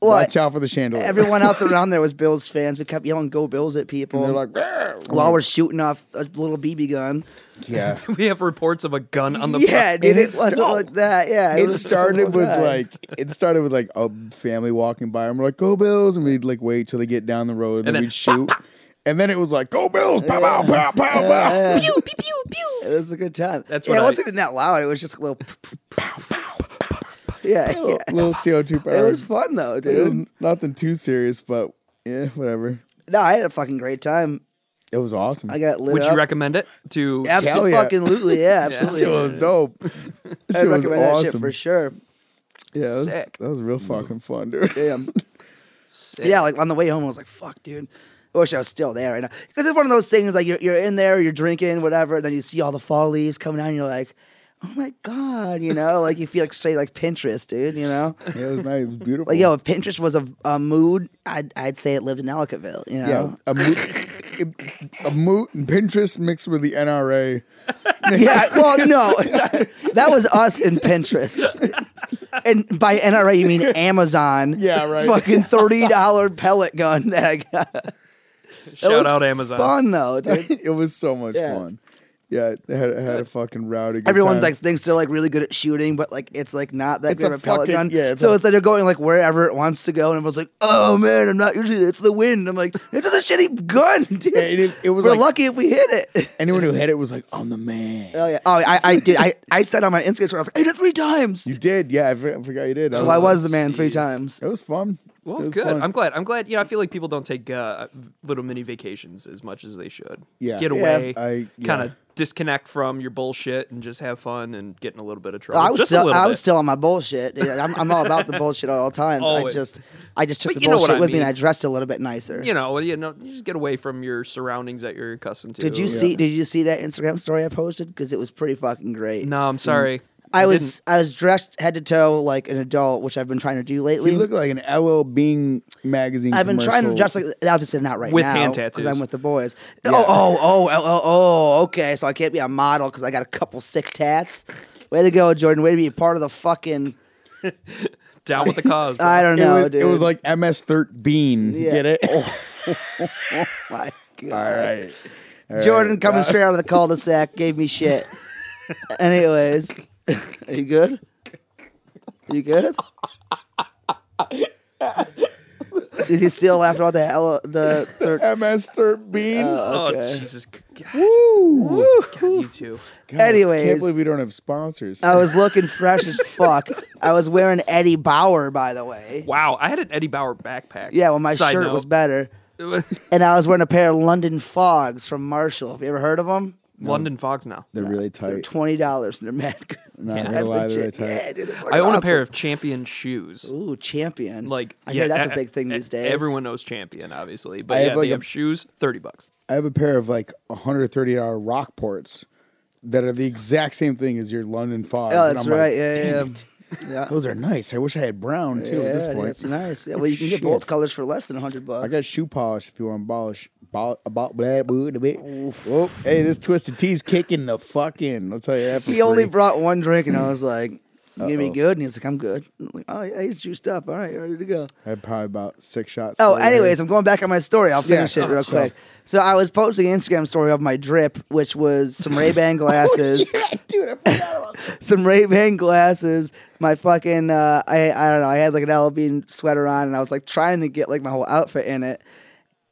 S3: Well,
S2: Watch out for the chandelier.
S3: Everyone else around there was Bills fans. We kept yelling "Go Bills" at people.
S2: they're like, "Rrr."
S3: while we're shooting off a little BB gun.
S2: yeah.
S1: We have reports of a gun on the.
S3: yeah, dude,
S2: And
S3: it
S2: it
S3: wasn't
S2: snow-
S3: like that. Yeah,
S2: It
S3: was just a
S2: started
S3: little
S2: with
S3: guy.
S2: like it started with like a family walking by, and we're like, "Go Bills!" and we'd like wait till they get down the road, and,
S1: And then
S2: then we'd shoot, and then it was like, "Go Bills!" Pow, pow, pow, pow, pow.
S3: pew pew pew pew. It was a good time.
S1: That's
S3: yeah,
S1: what
S3: it
S1: I-
S3: wasn't even that loud. It was just a little. yeah, yeah.
S2: Little, little CO two
S3: It
S2: power.
S3: was fun though,
S2: It was
S3: dude.
S2: nothing too serious, but yeah, whatever.
S3: No, I had a fucking great time.
S2: It was awesome.
S3: I got lit
S1: Would
S3: up.
S1: you recommend it to?
S3: Absolutely,
S2: Hell yeah.
S3: fucking lutely, yeah,
S2: This shit
S1: Yeah.
S3: absolutely.
S2: was dope. This
S3: I
S2: shit was
S3: recommend that shit
S2: awesome.
S3: for sure.
S2: Yeah, that was,
S1: Sick.
S2: that was real fucking fun, dude.
S3: Damn.
S1: Sick.
S3: Yeah, like on the way home, I was like, "Fuck, dude." I wish I was still there right now because it's one of those things like you're you're in there, you're drinking, whatever, and then you see all the fall leaves coming down, and you're like, "Oh my god," you know, like you feel like straight like Pinterest, dude, you know.
S2: Yeah, it was nice. It was beautiful.
S3: Like yo, if Pinterest was a, a mood, I'd I'd say it lived in Ellicottville, you
S2: yeah,
S3: know.
S2: a moot, a moot and Pinterest mixed with the NRA.
S3: Yeah, well, no, that was us in Pinterest, and by NRA you mean Amazon.
S2: Yeah, right.
S3: Fucking thirty dollar pellet gun that I got.
S1: Shout
S3: was
S1: out Amazon.
S3: Fun though, dude.
S2: it was so much
S3: Yeah.
S2: fun. Yeah, I had, I had a fucking rowdy. Good
S3: Everyone
S2: time.
S3: like thinks they're like really good at shooting, but like it's like not that
S2: It's
S3: good
S2: a
S3: of a pellet
S2: fucking-
S3: gun.
S2: yeah, it's
S3: so
S2: a-
S3: it's like they're going like wherever it wants to go, and everyone's like, "Oh man, I'm not usually it's the wind." I'm like, "It's just a shitty gun, dude."
S2: Yeah, it is- it was
S3: We're
S2: like-
S3: lucky if we hit it.
S2: anyone who hit it was like, "I'm the man."
S3: Oh yeah. Oh, I, I did. I, I said on my Instagram story, I was like, I did it three times.
S2: You did, yeah. I for- I forgot you did.
S3: So I was the
S2: like,
S3: man three
S1: Jeez.
S3: times.
S2: It was fun.
S1: Well,
S2: it was
S1: good.
S2: fun.
S1: I'm glad. I'm glad. You know, I feel like people don't take uh, little mini vacations as much as they should.
S2: Yeah.
S1: Get
S2: Yeah,
S1: away.
S2: I- yeah.
S1: Kind of disconnect from your bullshit and just have fun and get in a little bit of trouble.
S3: I was
S1: just a
S3: still,
S1: little
S3: I
S1: bit.
S3: was still on my bullshit. dude. I'm, I'm all about the bullshit at all times. I
S1: Always.
S3: just, I just took
S1: But
S3: the
S1: you know what
S3: bullshit
S1: I
S3: with me and
S1: mean.
S3: I dressed a little bit nicer.
S1: you know, you know, you just get away from your surroundings that you're accustomed to.
S3: Did you see? Did you see that Instagram story I posted? Because it was pretty fucking great.
S1: No, I'm sorry.
S3: I
S1: You
S3: was I was dressed head to toe like an adult, which I've been trying to do lately.
S2: You look like an LL Bean magazine.
S3: I've been trying to
S2: commercial.
S3: dress like obviously not right
S1: With
S3: now
S1: hand
S3: 'cause I'm
S1: tattoos.
S3: with the boys. Oh oh oh oh oh oh okay. So I can't be a model because I got a couple sick tats. Way to go, Jordan. Way to be a part of the fucking.
S1: didn't- down with the cause. bro.
S3: I don't know,
S2: it was,
S3: dude.
S2: It was like MS thirteen.
S3: Yeah. Oh,
S2: Get it?
S3: my God.
S2: all right. All
S3: Jordan
S2: right.
S3: coming straight out of the cul-de-sac gave me shit. Anyways, are you good? You good? Is he still laughing about the L- the third?
S2: MS thirteen.
S3: Uh,
S1: Oh
S3: okay.
S1: Jesus! God,
S2: Woo!
S1: God, you too.
S2: God, I
S3: Anyways. Uh,
S2: can't believe we don't have sponsors.
S3: I was looking fresh as fuck. I was wearing Eddie Bauer, by the way.
S1: Wow, I had an Eddie Bauer backpack.
S3: Yeah, well, my
S1: Side
S3: shirt
S1: note.
S3: was better, and I was wearing a pair of London Fogs from Marshall. Have you ever heard of them?
S1: London Fogs now.
S2: they're really tight.
S3: They're twenty dollars, and they're mad good.
S2: Not
S3: Mad
S2: gonna lie, they're
S3: legit.
S2: tight.
S3: Yeah, dude, they're
S1: I
S3: fucking
S1: own a pair
S3: awesome.
S1: of Champion shoes.
S3: Ooh, champion.
S1: Like
S3: I
S1: yeah,
S3: hear that's a
S1: e-
S3: big thing
S1: e-
S3: these days.
S1: Everyone knows Champion, obviously, but
S2: I
S1: yeah,
S2: have, like,
S1: they
S2: a-
S1: have shoes. Thirty bucks.
S2: I have a pair of like 130 hour Rockports that are the exact same thing as your London Fogs.
S3: Oh,
S2: and
S3: that's
S2: I'm like,
S3: right. yeah, yeah,
S2: "Damn it,
S3: yeah. yeah.
S2: Those are nice. I wish I had brown too at this
S3: Yeah,
S2: point.
S3: that's nice. Yeah, well, you can get
S2: Shit.
S3: both colors for less than hundred bucks.
S2: I got shoe polish if you want to polish. About black boot a bit. Oh, hey, this twisted tea's kicking the fuck in. I'll tell you that. For
S3: he only
S2: free.
S3: brought one drink, and I was like, "You gonna be good?" And he's like, "I'm good." I'm like, oh, yeah, he's juiced up. All right, you're ready to go.
S2: I had probably about six shots.
S3: Oh,
S2: fired.
S3: anyways, I'm going back on my story. I'll
S2: Yeah, oh,
S3: finish it real
S2: so-
S3: quick. So I was posting an Instagram story of my drip, which was some Ray Ban glasses,
S2: yeah, dude, I forgot about that.
S3: some Ray Ban glasses, my fucking uh, I I don't know. I had like an L Bean sweater on, and I was like trying to get like my whole outfit in it.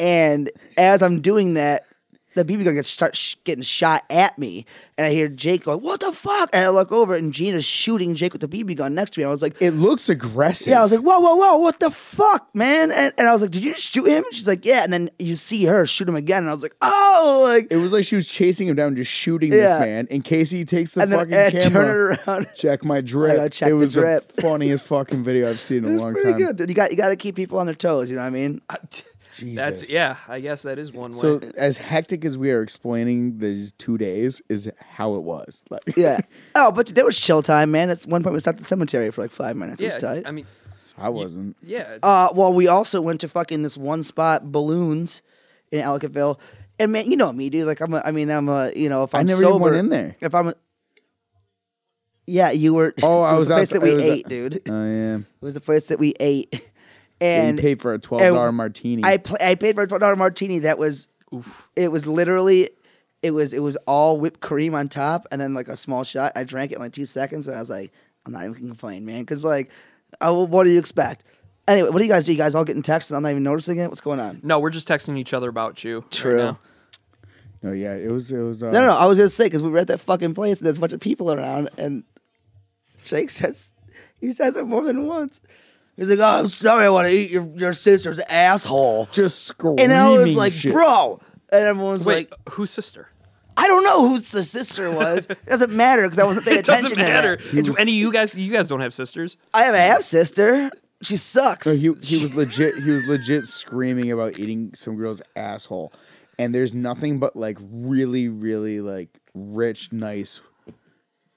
S3: And as I'm doing that, the BB gun gets start sh- getting shot at me, and I hear Jake going, "What the fuck?" And I look over, and Gina's shooting Jake with the BB gun next to me. I was like,
S2: It looks aggressive.
S3: yeah, I was like, whoa, whoa, whoa, what the fuck, man? And, and I was like, did you just shoot him? And she's like, yeah. And then you see her shoot him again. And I was like, oh, like,
S2: it was like she was chasing him down, just shooting this
S3: Yeah.
S2: man in case he takes the
S3: and then
S2: fucking
S3: and
S2: camera.
S3: turn it around.
S2: Check my drip.
S3: gotta check
S2: it
S3: the
S2: was
S3: drip.
S2: the funniest fucking video I've seen in a long
S3: Pretty
S2: time.
S3: good, dude. You got, you got to keep people on their toes. You know what I mean?
S1: I-
S2: Jesus.
S1: That's yeah. I guess that is one
S2: So
S1: way.
S2: as hectic as we are explaining these two days is how it was. Like,
S3: Yeah. oh, but that was chill time, man. At one point, we stopped at the cemetery for like five minutes. It
S1: Yeah,
S3: was tight.
S1: I mean,
S2: I wasn't.
S1: yeah.
S3: Uh, well, we also went to fucking this one spot, Balloons, in Ellicottville. And man, you know me, dude. Like I'm, a, I mean, I'm a, you know, if
S2: I
S3: I'm
S2: never even
S3: sober,
S2: went in there.
S3: If I'm, a, yeah, you were.
S2: Oh,
S3: it
S2: I was
S3: the place
S2: outside-
S3: that we
S2: it was a-
S3: ate, dude. It
S2: Oh yeah.
S3: was the place that we ate, and
S2: And paid for a twelve dollar
S3: and
S2: martini.
S3: I pla I paid for a twelve dollar martini. That was, it was literally, it was it was all whipped cream on top, and then like a small shot. I drank it in like two seconds, and I was like, I'm not even gonna complain, man, because like, oh, what do you expect? Anyway, what do you guys do? You guys all getting texted? I'm not even noticing it. What's going on?
S1: no, we're just texting each other about you. right
S3: True.
S1: now.
S2: oh yeah, it was. It was. Uh,
S3: No, no, no. I was gonna say because we were at that fucking place, and there's a bunch of people around, and Jake says, he says it more than once. He's like, oh, I'm sorry, I want to eat your, your sister's asshole.
S2: Just screaming.
S3: And I was like,
S2: shit.
S3: bro. And everyone's
S1: Wait,
S3: like,
S1: whose sister?
S3: I don't know who the sister was. It doesn't matter because I wasn't paying
S1: It doesn't
S3: attention
S1: matter.
S3: to that.
S1: It's any of you guys. You guys don't have sisters.
S3: I have a half sister. She sucks.
S2: No, he he was legit. He was legit screaming about eating some girl's asshole, and there's nothing but like really, really like rich, nice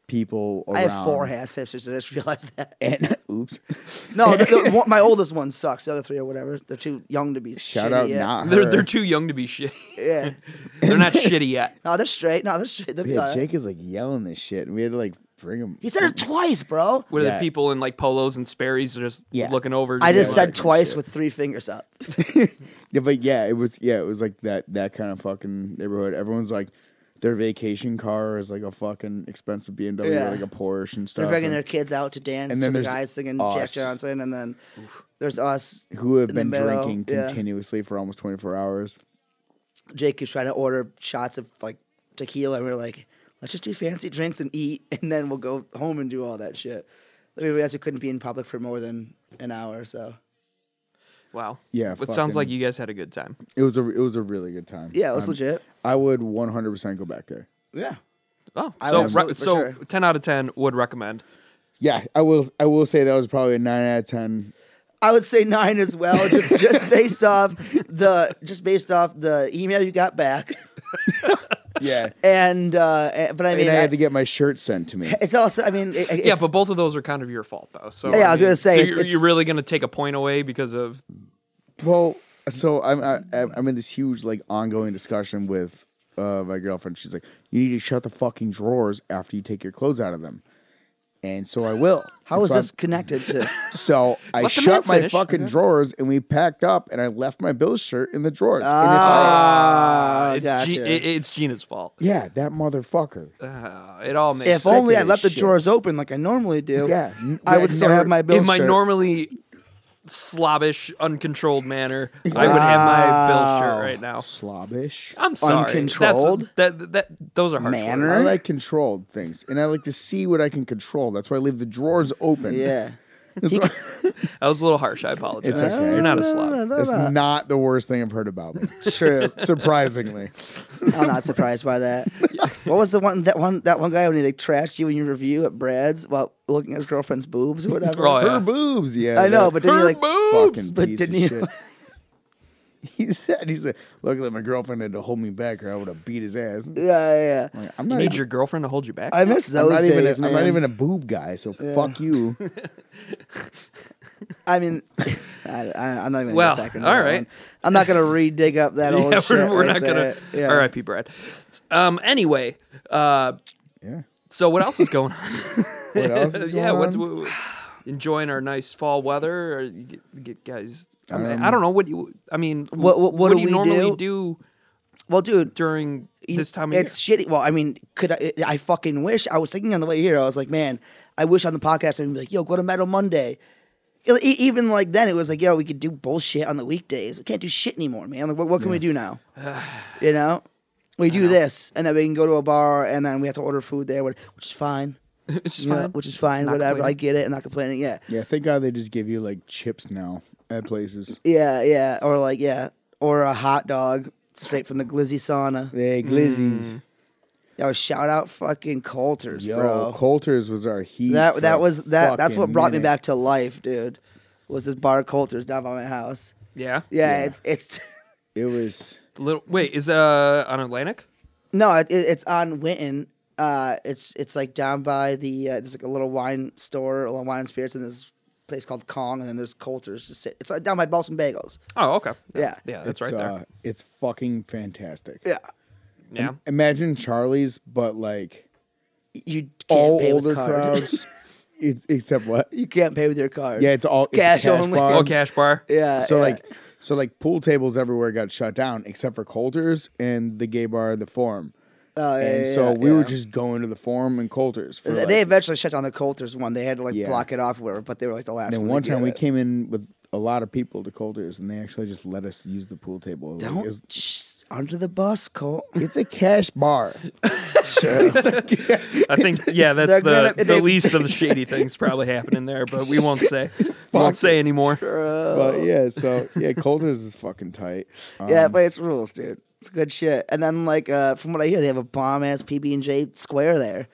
S2: people around.
S3: I have four half sisters. I just realized that.
S2: And oops,
S3: No, the, the, one, my oldest one sucks. The other three or whatever, they're too young to be.
S2: shout
S3: shitty
S2: out,
S3: yet.
S2: not
S1: They're
S2: her.
S1: they're too young to be shitty.
S3: Yeah.
S1: They're not shitty yet.
S3: No, they're straight. No, they're straight. They'll be all
S2: Yeah,
S3: right.
S2: Jake is like yelling this shit, and we had to like bring him.
S3: He said it twice, bro.
S1: Where
S2: Yeah.
S1: the people in like polos and Sperry's just
S2: Yeah.
S1: looking over.
S3: I just
S1: like,
S3: said
S2: Yeah.
S3: twice
S2: Shit.
S3: with three fingers up.
S2: Yeah, but yeah, it was yeah, it was like that that kind of fucking neighborhood. Everyone's like, their vacation car is like a fucking expensive BMW,
S3: Yeah.
S2: or like a Porsche and stuff.
S3: They're bringing
S2: and
S3: their kids out to
S2: and
S3: dance and
S2: then
S3: then to the
S2: there's
S3: guys singing Jack
S2: us.
S3: Johnson, and then there's us.
S2: who have
S3: in the
S2: been
S3: middle,
S2: drinking
S3: yeah.
S2: continuously for almost 24 hours.
S3: Jake keeps trying to order shots of like tequila, and we're like, let's just do fancy drinks and eat, and then we'll go home and do all that shit. Then we realized we couldn't be in public for more than an hour, so
S1: Wow.
S2: Yeah,
S1: It sounds like
S2: fucking-
S1: you guys had a good time.
S2: It was a it was a really good time.
S3: yeah, it was
S2: I'm-
S3: legit.
S2: I would 100% go back there.
S3: Yeah,
S1: Oh,
S3: I
S1: so
S3: would absolutely-
S1: re-
S3: for
S1: so
S3: sure.
S1: ten out of ten would recommend.
S2: Yeah, I will. I will say that was probably a nine out of ten.
S3: I would say nine as well, just, just based off the just based off the email you got back,
S2: Yeah,
S3: and uh, eh, but I mean,
S2: and I
S3: I-
S2: had to get my shirt sent to me.
S3: it's also I mean, it,
S1: yeah,
S3: it's-
S1: but both of those are kind of your fault though. So
S3: Yeah, I was
S1: mean,
S3: gonna say,
S1: so
S3: it's-
S1: you're, you're
S3: it's-
S1: really gonna take a point away because of
S2: Well, so I'm I, I'm I'm in this huge like ongoing discussion with uh, my girlfriend. She's like, "You need to shut the fucking drawers after you take your clothes out of them," and so I will.
S3: how
S2: And
S3: is
S2: so I'm-
S3: this connected to?
S2: So
S1: Let
S2: I
S1: the man
S2: shut my
S1: finish.
S2: fucking drawers, and we packed up, and I left my Bill's shirt in the drawers.
S3: Ah,
S1: it's,
S3: gotcha.
S1: Ge- it- it's Gina's fault.
S2: and if I, yeah, that motherfucker.
S1: Uh, it all makes.
S3: if
S2: sick
S3: only
S2: of
S3: I
S2: this
S3: left the
S2: shit.
S3: drawers open like I normally do.
S2: Yeah, n-
S3: I would
S2: I'd
S3: still
S2: never-
S3: have my bill.
S1: in my
S3: shirt.
S1: normally slobbish, uncontrolled manner, I would have my Bill shirt right now.
S2: Slobbish.
S1: I'm sorry.
S3: Uncontrolled?
S1: That's, that, that those are harsh
S3: Manner?
S1: words.
S2: I like controlled things, and I like to see what I can control. That's why I leave the drawers open.
S3: Yeah.
S2: That's why-
S1: That was a little harsh. I apologize.
S2: It's okay.
S1: You're not a slob.
S2: That's not the worst thing I've heard about me.
S3: True.
S2: Surprisingly.
S3: I'm not surprised by that. What was the one that one that one guy when he like trashed you in your review at Brad's while looking at his girlfriend's boobs or whatever?
S1: Oh, yeah.
S2: Her boobs, yeah.
S3: I know,
S2: that
S3: but then you
S1: Her
S3: like
S1: boobs!
S2: fucking
S3: but
S2: piece
S3: didn't
S2: of
S3: you-
S2: shit. He said, he said, luckily my girlfriend had to hold me back or I would have beat his ass.
S3: yeah, yeah, yeah.
S2: Like, I'm
S1: You
S2: not,
S1: need your girlfriend to hold you back.
S3: I miss
S2: I'm
S3: those
S2: not,
S3: days,
S2: even a,
S3: man.
S2: I'm not even a boob guy, so fuck you.
S3: I mean, I, I, I'm not even. gonna
S1: Well,
S3: get back into
S1: all
S3: that
S1: right.
S3: one. I'm not gonna re-dig up that old
S1: yeah,
S3: shit.
S1: we're, we're
S3: right
S1: not gonna.
S3: there. Yeah.
S1: R.I.P. Brad. Um. Anyway. Uh.
S2: Yeah.
S1: So what else is going on?
S2: What else is
S1: yeah.
S2: going
S1: What's
S2: on?
S1: what, enjoying our nice fall weather? Or you get, get guys. I, mean,
S2: Um,
S1: I don't know what you. I mean,
S3: What- what- what do
S1: do you
S3: we
S1: normally do,
S3: Well, dude,
S1: during
S3: You-
S1: this time of year?
S3: it's shitty. Well, I mean, could I? I fucking wish. I was thinking on the way here. I was like, man, I wish on the podcast I'd be like, yo, go to Metal Monday. You know, e- Even like then, it was like, yo, we could do bullshit on the weekdays. We can't do shit anymore, man. Like, what, what can we do now? you know, we do this, and then we can go to a bar, and then we have to order food there, which which is fine.
S1: It's
S3: you know, which is fine.
S1: Not
S3: whatever. I
S1: complaining.
S3: get it. I'm not complaining. Yeah.
S2: Yeah, thank God they just give you like chips now at places.
S3: Yeah. Yeah. Or like, yeah. Or a hot dog straight from the Glizzy sauna.
S2: Hey, Glizzies.
S3: Mm, Yo, shout out fucking Coulter's,
S2: Yo,
S3: bro.
S2: Coulter's was our heat. for
S3: That
S2: a
S3: that was that. That's what
S2: fucking
S3: brought me
S2: minute.
S3: back to life, dude. Was this bar Coulter's down by my house?
S1: yeah.
S3: Yeah, it's it's
S2: It was.
S1: Little. Wait. Is uh on Atlantic?
S3: no, it, it- it's on Winton. Uh, it's it's like down by the uh, there's like a little wine store, a little wine and spirits, and there's a place called Kong, and then there's Coulter's. Just sit, it's like down by Balsam Bagels.
S1: Oh, okay.
S3: Yeah.
S1: Yeah. That's
S2: it's,
S1: right there.
S2: Uh, it's fucking fantastic.
S3: Yeah,
S1: yeah.
S2: Imagine Charlie's, but like
S3: you can't
S2: all
S3: pay
S2: older
S3: with card.
S2: crowds. it, except what?
S3: you can't pay with your card.
S2: Yeah, it's all it's cash,
S3: cash
S2: cash
S3: only.
S2: bar.
S1: Oh, cash bar.
S3: yeah.
S2: So
S3: yeah.
S2: like, so like pool tables everywhere got shut down except for Coulter's and the gay bar, the Forum.
S3: Oh, yeah,
S2: and
S3: yeah,
S2: so
S3: yeah,
S2: we were
S3: yeah.
S2: just going to the Forum and Coulter's for.
S3: They-
S2: like-
S3: they eventually shut down the Coulter's one. They had to like
S2: Yeah.
S3: block it off, or whatever. But they were like the last.
S2: and
S3: one, to
S2: one
S3: do
S2: time we
S3: it.
S2: came in with a lot of people to Coulter's, and they actually just let us use the pool table. Like,
S3: Don't
S2: it's,
S3: shh, under the bus, Colt.
S2: it's a cash bar.
S1: I think yeah, that's the,
S3: They're gonna- they-
S1: the least of the shady things probably happening there, but we won't say won't
S2: it.
S1: say anymore.
S2: but yeah, so yeah, Coulter's is fucking tight. Um,
S3: Oh. Yeah, but it's rules, dude. It's good shit. And then like uh, from what I hear, they have a bomb ass PB and J square there.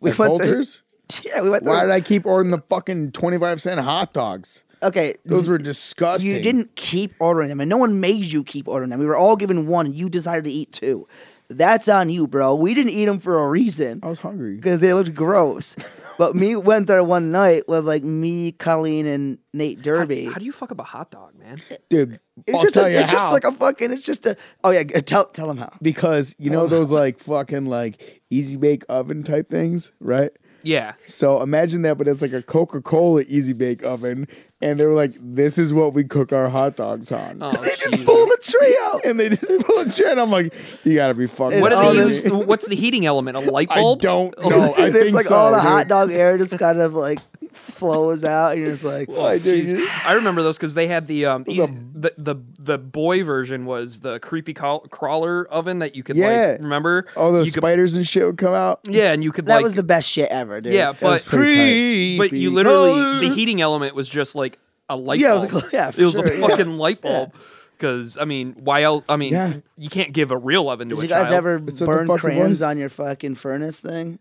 S3: We
S2: At
S3: through-
S2: Coulter's?
S3: yeah, we went
S2: Why
S3: through.
S2: did I keep ordering the fucking 25 cent hot dogs?
S3: okay,
S2: Those were disgusting.
S3: you didn't keep ordering them, and no one made you keep ordering them. We were all given one, and you decided to eat two. That's on you, bro. We didn't eat them for a reason
S2: I was hungry.
S3: because they looked gross. but me went there one night with like me, Colleen, and Nate Derby.
S1: How do you fuck up a hot dog, man?
S2: Dude,
S3: it's
S2: I'll
S3: just,
S2: tell
S3: a,
S2: you
S3: it's
S2: how.
S3: just like a fucking. It's just a. Oh yeah, g- tell tell them how.
S2: because you know those like fucking like easy bake oven type things, right?
S1: Yeah.
S2: So imagine that, but it's like a Coca Cola easy bake oven, and they were like, "This is what we cook our hot dogs on,"
S1: Oh, Jesus.
S3: Pull the tree out.
S2: and they just pull a shit. I'm like, "You gotta be fucking."
S1: What do
S3: all
S1: they
S3: the-
S1: use?
S2: kidding me."
S1: What's the heating element? A light
S2: I
S1: bulb?
S2: don't
S1: Oh,
S2: know. I
S3: Dude, it's
S2: think
S3: like
S2: so,
S3: all the
S2: dude.
S3: hot dog air just kind of like flows out, and you're just like,
S2: I do.
S1: Jeez. I remember those because they had the um easy, the, the the boy version was the creepy crawl, crawler oven that you could
S2: Yeah.
S1: like remember
S2: All those
S1: you could,
S2: spiders and shit would come out.
S1: yeah and you could
S3: that
S1: like
S3: was the best shit ever, dude.
S1: yeah
S2: was
S1: but
S2: pretty
S1: but you literally the heating element was just like a light
S3: Yeah, it was
S1: bulb
S3: a cl- yeah, for
S1: it was
S3: sure,
S1: a
S3: yeah.
S1: fucking light bulb because I mean why else I mean
S2: Yeah.
S1: you can't give a real oven to
S3: Did
S1: a
S3: you guys
S1: child
S3: ever
S2: It's what the
S3: burn
S2: fuck it
S3: crayons
S2: was.
S3: on your fucking furnace thing?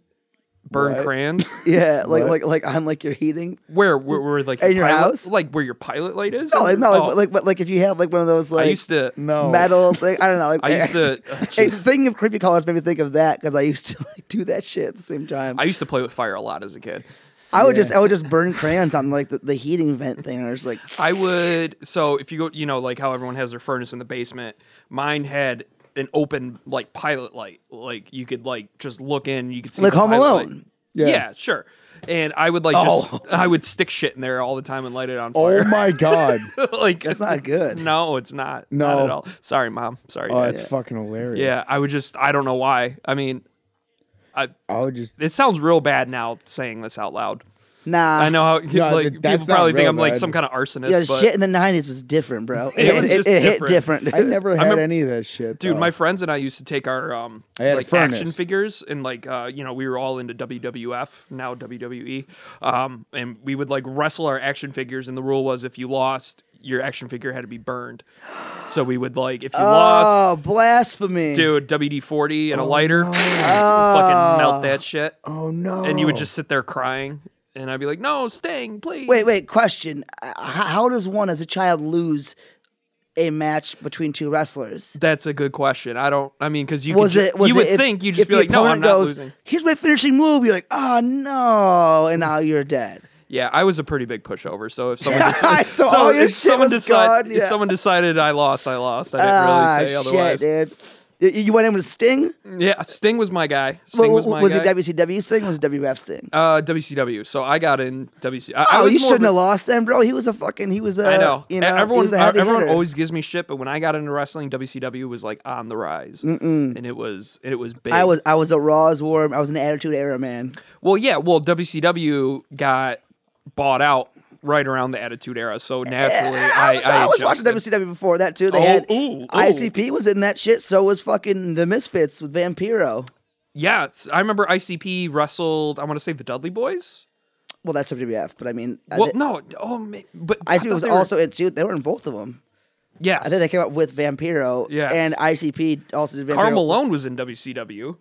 S1: burn
S2: What?
S1: crayons
S3: Yeah, like
S2: What?
S3: like like on like your heating.
S1: where where, where like
S3: In your
S1: pilot,
S3: house?
S1: like where your pilot light is
S3: No, like, no, like,
S1: Oh,
S3: like but like if you had like one of those like
S1: I used to
S2: No.
S3: metal thing. I don't know. Like,
S1: I used to oh,
S3: Hey,
S1: jeez.
S3: thinking of creepy callers made me think of that because I used to like do that shit at the same time.
S1: I
S3: I,
S1: used to play with fire a lot as a kid.
S3: would just I would just burn crayons on like the, the heating vent thing. And I was like,
S1: I would. So if you go, you know, like how everyone has their furnace in the basement, mine had an open like pilot light. Like you could like just look in, you could see
S3: Like
S1: the
S3: Home
S1: pilot
S3: Alone.
S1: light.
S2: Yeah.
S1: Yeah. sure. And I would like just I would stick shit in there all the time and light it on
S2: Oh
S1: fire.
S2: my god.
S1: like
S3: that's not good.
S1: No, it's not.
S2: No.
S1: Not at all. Sorry, mom. Sorry.
S2: Oh,
S1: dad.
S2: it's fucking hilarious.
S1: yeah, I would just I don't know why. I mean, I
S2: I would just
S1: it sounds real bad now saying this out loud.
S3: Nah,
S1: I know how
S2: Yeah,
S1: like
S2: th- that's
S1: people probably
S2: not
S1: think
S2: real
S1: I'm like
S2: bad.
S1: some kind of arsonist.
S3: Ah. Yeah,
S1: but
S3: shit in the nineties was different, bro. It, it,
S1: was
S3: it,
S1: just
S3: hit
S1: different.
S3: different.
S2: I never had
S1: remember-
S2: any of that shit.
S1: Dude,
S2: though.
S1: my friends and I used to take our um
S2: had a
S1: like
S2: furnace.
S1: action figures and like uh you know we were all into WWF now WWE um and we would like wrestle our action figures and the rule was if you lost your action figure had to be burned. So we would like if you lost
S3: oh, blasphemy,
S1: dude WD forty and a lighter fucking melt that shit
S2: Oh no.
S1: and you would just sit there crying and I'd be like no Sting please
S3: Wait, wait. Question: Uh, h- How does one as a child lose a match between two wrestlers?
S1: that's a good question I don't I mean because you
S3: Was
S1: could ju-
S3: it? Was
S1: you
S3: it
S1: would
S3: if-
S1: think you just
S3: if
S1: be
S3: the
S1: like no I'm
S3: opponent
S1: not
S3: goes,
S1: losing
S3: Here's my finishing move. You're like, oh no, and now you're dead.
S1: Yeah, I was a pretty big pushover. So if someone decided,
S3: So all your
S1: if
S3: shit
S1: someone
S3: was
S1: decide-
S3: gone,
S1: if
S3: yeah.
S1: someone decided I lost, I lost. I didn't
S3: Ah,
S1: really say otherwise.
S3: shit, dude. Y- You went in with Sting.
S1: Yeah, Sting was my guy. Sting
S3: Well,
S1: was my guy.
S3: it WCW Sting? Or was it WF Sting?
S1: uh, WCW. So I got in WC. I, I
S3: Oh,
S1: was
S3: you
S1: more
S3: shouldn't
S1: of
S3: have
S1: a-
S3: lost then, bro. He was a fucking. He was a.
S1: I know. E,
S3: You know. he
S1: everyone, uh,
S3: was a heavy
S1: everyone
S3: hitter.
S1: always gives me shit, but when I got into wrestling, WCW was like on the rise, Mm-mm. and it was and it was big.
S3: I was I was a Raw's worm. I was an Attitude Era man.
S1: well, yeah. Well, WCW got bought out right around the Attitude Era, so naturally I,
S3: I, was, I was watching
S1: adjusted.
S3: WCW before that too. They
S1: Oh,
S3: had
S1: ooh, ooh.
S3: ICP was in that shit. So was fucking the Misfits with Vampiro.
S1: Yeah, it's- I remember ICP wrestled. I want to say the Dudley Boys.
S3: Well, that's WWF, but I mean, I
S1: Well,
S3: thi-
S1: no. Oh, man. But I
S3: ICP
S1: thought
S3: was
S1: they were-
S3: also in too. They were in both of them.
S1: Yes.
S3: I think they came out with Vampiro.
S1: Yes.
S3: and ICP also did Vampiro.
S1: Carl Malone was in WCW.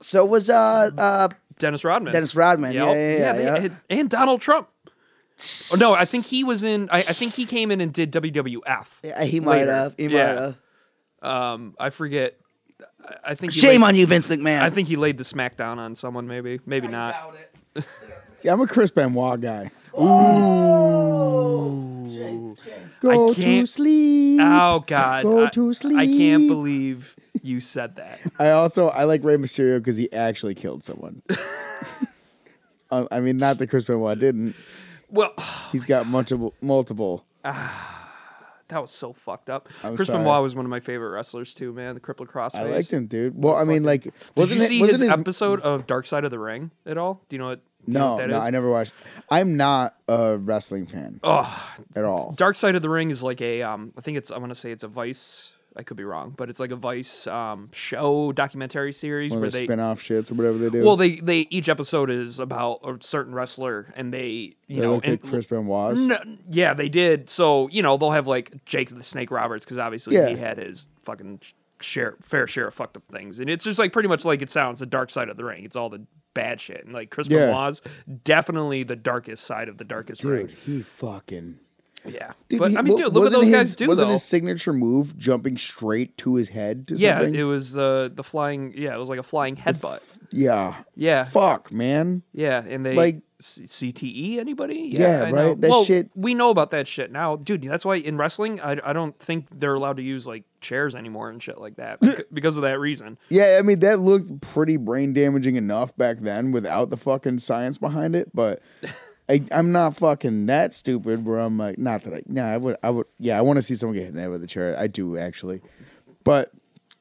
S3: So was uh uh
S1: Dennis Rodman.
S3: Dennis Rodman.
S1: Yep.
S3: Yeah, yeah, yeah.
S1: they-
S3: yeah.
S1: and- And Donald Trump. Oh, no, I think he was in. I, I think he came in and did WWF.
S3: Yeah, he might
S1: later.
S3: have. He might
S1: Yeah.
S3: have.
S1: Um, I forget. I- I think he
S3: Shame
S1: laid,
S3: on you, Vince McMahon.
S1: I think he laid the smackdown on someone. Maybe. Maybe not.
S2: See, I'm a Chris Benoit guy.
S1: I
S2: Go to
S1: can't-
S2: sleep.
S1: Oh God.
S2: Go
S1: I-
S2: to
S1: I
S2: sleep.
S1: can't believe you said that.
S2: I also I like Rey Mysterio because he actually killed someone. Um, I mean, not that Chris Benoit didn't.
S1: Well.
S2: He's got multiple multiple.
S1: That was so fucked up.
S2: I'm
S1: Chris
S2: sorry.
S1: Benoit was one of my favorite wrestlers too, man. The crippled crossface.
S2: I liked him, dude. Well, I mean, like,
S1: Did
S2: wasn't
S1: you
S2: it-
S1: see his,
S2: wasn't
S1: episode of Dark Side of the Ring at all? Do you know what? do you know
S2: No,
S1: what that
S2: no,
S1: is?
S2: I never watched. I'm not a wrestling fan
S1: Oh,
S2: at all.
S1: Dark Side of the Ring is like a. Um, I think it's. I'm gonna say it's a Vice. I could be wrong, but it's like a Vice um, show documentary series
S2: One
S1: where
S2: of their
S1: they.
S2: spin-off shits or whatever they do.
S1: Well, they they each episode is about a certain wrestler, and they you
S2: they
S1: know
S2: looked
S1: and-
S2: at Chris Benoit.
S1: N- yeah, they did. So you know they'll have like Jake the Snake Roberts because obviously
S2: Yeah.
S1: he had his fucking sh- share, fair share of fucked up things, and it's just like pretty much like it sounds. The dark side of the ring. It's all the bad shit, and like Chris
S2: Yeah.
S1: Benoit's definitely the darkest side of the darkest ring.
S2: he fucking
S1: Yeah,
S2: Dude,
S1: but
S2: he-
S1: I mean,
S2: wa-
S1: dude, look what
S2: wasn't
S1: those
S2: his,
S1: guys do
S2: Wasn't
S1: though.
S2: his signature move jumping straight to his head? To
S1: yeah,
S2: something?
S1: it was uh, the the flying. Yeah, it was like a flying headbutt.
S2: yeah,
S1: Yeah.
S2: Fuck, man.
S1: Yeah, and they
S2: Like-
S1: C- CTE anybody?
S2: Yeah,
S1: I
S2: right?
S1: know.
S2: That
S1: well,
S2: shit-
S1: We know about that shit now, dude. That's why in wrestling, I, I don't think they're allowed to use like chairs anymore and shit like that bec- because of that reason.
S2: Yeah, I mean that looked pretty brain damaging enough back then without the fucking science behind it. But I, I'm not fucking that stupid where I'm like, not that I, nah, I would, I would, yeah, I want to see someone get hit in the head with a chair. I do actually, but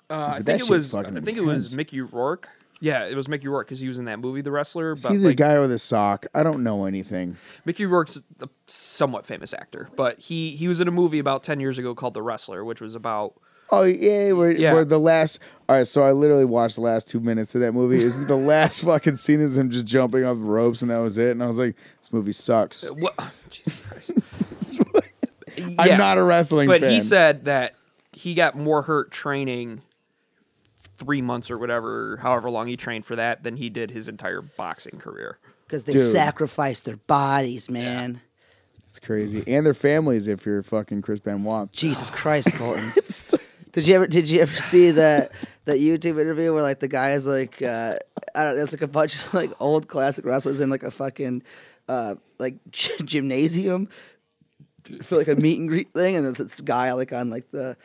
S1: Uh, I
S2: But that
S1: think it
S2: shit's
S1: was. I
S2: fucking
S1: think it was
S2: intense.
S1: Mickey Rourke. Yeah, it was Mickey Rourke because he was in that movie, The Wrestler. But
S2: see the
S1: like,
S2: guy with a sock. I don't know anything.
S1: Mickey Rourke's a somewhat famous actor, but he he was in a movie about ten years ago called The Wrestler, which was about
S2: Oh yeah, we're,
S1: Yeah.
S2: we're the last. All right, so I literally watched the last two minutes of that movie. Isn't the last fucking scene is him just jumping off the ropes, and that was it. And I was like, this movie
S3: Uh,
S2: sucks.
S1: what? Jesus Christ! Yeah.
S2: I'm not a wrestling
S1: but
S2: fan.
S1: he said that he got more hurt training three months or whatever, however long he trained for that, than he did his entire boxing career.
S3: because they
S2: Dude.
S3: sacrifice their bodies, man.
S2: it's crazy, and their families. If you're fucking Chris Benoit,
S3: Jesus Christ, Colton. did you ever did you ever see that that YouTube interview where like the guy is like uh, I don't know, it's like a bunch of like old classic wrestlers in like a fucking uh, like gy- gymnasium for like a meet and greet thing, and there's this guy like on like the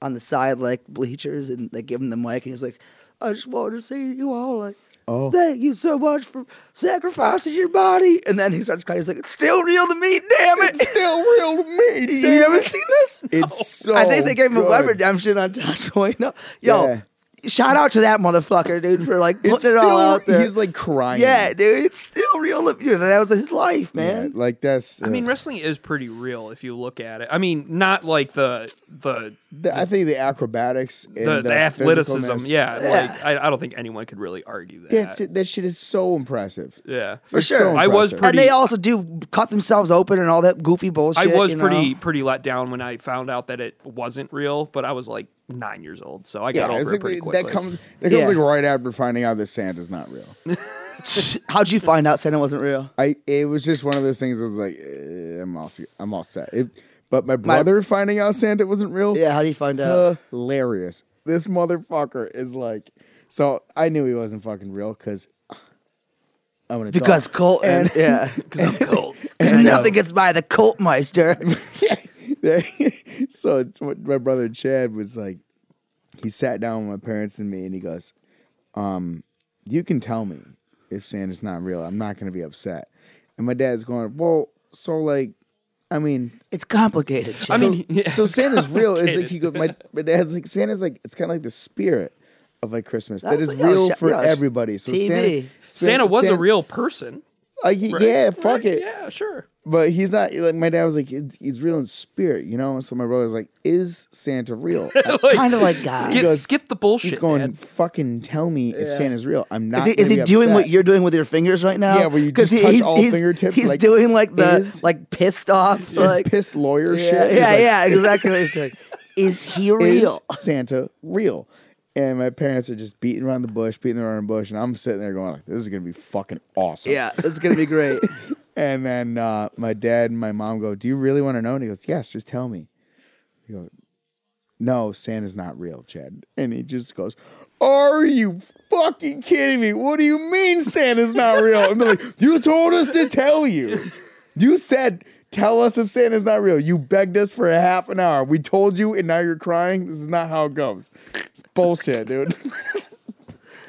S3: on the side like bleachers, and they give him the mic, and he's like, I just wanted to see you all like.
S2: Oh.
S3: Thank you so much for sacrificing your body. And then he starts crying. He's like, "It's still real to me, damn it!"
S2: it's still real to me.
S3: You
S2: damn
S3: ever
S2: it.
S3: seen this?
S2: It's so.
S3: I think they gave him a web
S2: Oh, good.
S3: redemption on Josh Wayne. Yo,
S2: Yeah.
S3: shout out to that motherfucker, dude, for like putting
S2: It's
S3: it
S2: still,
S3: all out there.
S2: He's like crying.
S3: yeah, dude, it's still real. Dude, that was his life,
S2: Yeah,
S3: man.
S2: like that's. uh,
S1: I mean, wrestling is pretty real if you look at it. I mean, not like the the
S2: I think the acrobatics and
S1: the,
S2: the,
S1: the athleticism.
S2: physicalness-
S1: Yeah,
S3: Yeah.
S1: like I, I don't think anyone could really argue that.
S2: that's it. That shit is so impressive.
S1: yeah,
S3: For
S2: It's
S3: sure.
S2: so
S1: I was
S2: impressive.
S1: pretty-
S3: and they also do cut themselves open and all that goofy bullshit.
S1: I was
S3: you know?
S1: pretty pretty let down when I found out that it wasn't real, but I was like nine years old, so I got over
S2: it's
S1: it
S2: like
S1: pretty
S2: the-
S1: quickly.
S2: That comes that comes
S3: Yeah.
S2: like right after finding out that Santa's not real.
S3: How'd you find out Santa wasn't real?
S2: I it was just one of those things. I was like, eh, I'm all se- I'm all set. It, but my brother finding out Santa wasn't real,
S3: Yeah, how'd you find out?
S2: hilarious. This motherfucker is like, so I knew he wasn't fucking real because I'm an adult.
S3: because Colton. yeah.
S1: Because I'm cold.
S3: And
S2: uh,
S3: nothing gets by the Colt Meister.
S2: so it's what my brother Chad was like, he sat down with my parents and me, and he goes, um, "You can tell me if Santa's not real. I'm not gonna be upset." And my dad's going, "Well, so like, I mean,
S3: it's complicated.
S1: I
S3: Chad.
S1: mean, yeah.
S2: so Santa's real. It's like he go, my, my dad's like Santa's like it's kind of like the spirit." Of like Christmas, that
S3: That's
S2: is
S3: like, oh,
S2: real
S3: sh-
S2: for
S3: yeah, sh-
S2: everybody. So
S3: TV.
S2: Santa,
S1: Santa was a
S2: Santa-
S1: real person.
S2: Like, he- yeah, fuck
S1: Right?
S2: it.
S1: Yeah, sure.
S2: But he's not like my dad was like it's, it's real in spirit, you know. And so my brother's like, "Is Santa real?" I-
S3: kind of like God.
S1: Skip,
S2: goes-
S1: skip the bullshit.
S2: he's going,
S1: man.
S2: "Fucking tell me if Santa's real." I'm not.
S3: Is he,
S2: gonna
S3: is he
S2: be
S3: doing what
S2: upset."
S3: you're doing with your fingers right now?
S2: Yeah, where you
S3: 'Cause
S2: just touch all fingertips,
S3: He's
S2: like,
S3: doing like the
S2: is-
S3: like pissed off,
S2: Some
S3: like
S2: pissed lawyer
S3: yeah,
S2: shit? He's
S3: Yeah,
S2: like,
S3: yeah, exactly. It's like, is he real?
S2: Is Santa real? And my parents are just beating around the bush, beating around the bush, and I'm sitting there going, like, "This is gonna be fucking awesome."
S3: yeah, it's gonna be great.
S2: And then uh, my dad and my mom go, "Do you really want to know?" And he goes, "Yes, just tell me." He goes, "No, Santa's not real, Chad." And he just goes, "Are you fucking kidding me? What do you mean Santa's not real?" And they're like, "You told us to tell you. You said." Tell us if Santa's not real. You begged us for a half an hour. We told you, and now you're crying. This is not how it goes. It's bullshit, dude.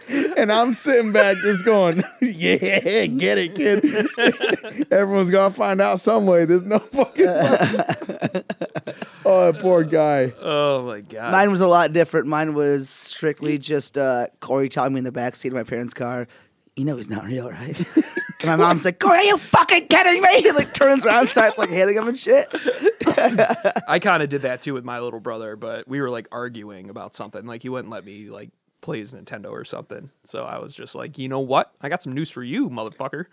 S2: and I'm sitting back just going, yeah, get it, kid. Everyone's gonna find out some way. There's no fucking. oh, that poor guy.
S1: Oh my god.
S3: Mine was a lot different. Mine was strictly just uh, Corey telling me in the backseat of my parents' car, you know he's not real, right? and my mom's like, Corey, are you fucking kidding me? He like turns around, starts like hitting him and shit.
S1: I kind of did that too with my little brother, but we were like arguing about something. Like he wouldn't let me like play his Nintendo or something. So I was just like, you know what? I got some news for you, motherfucker.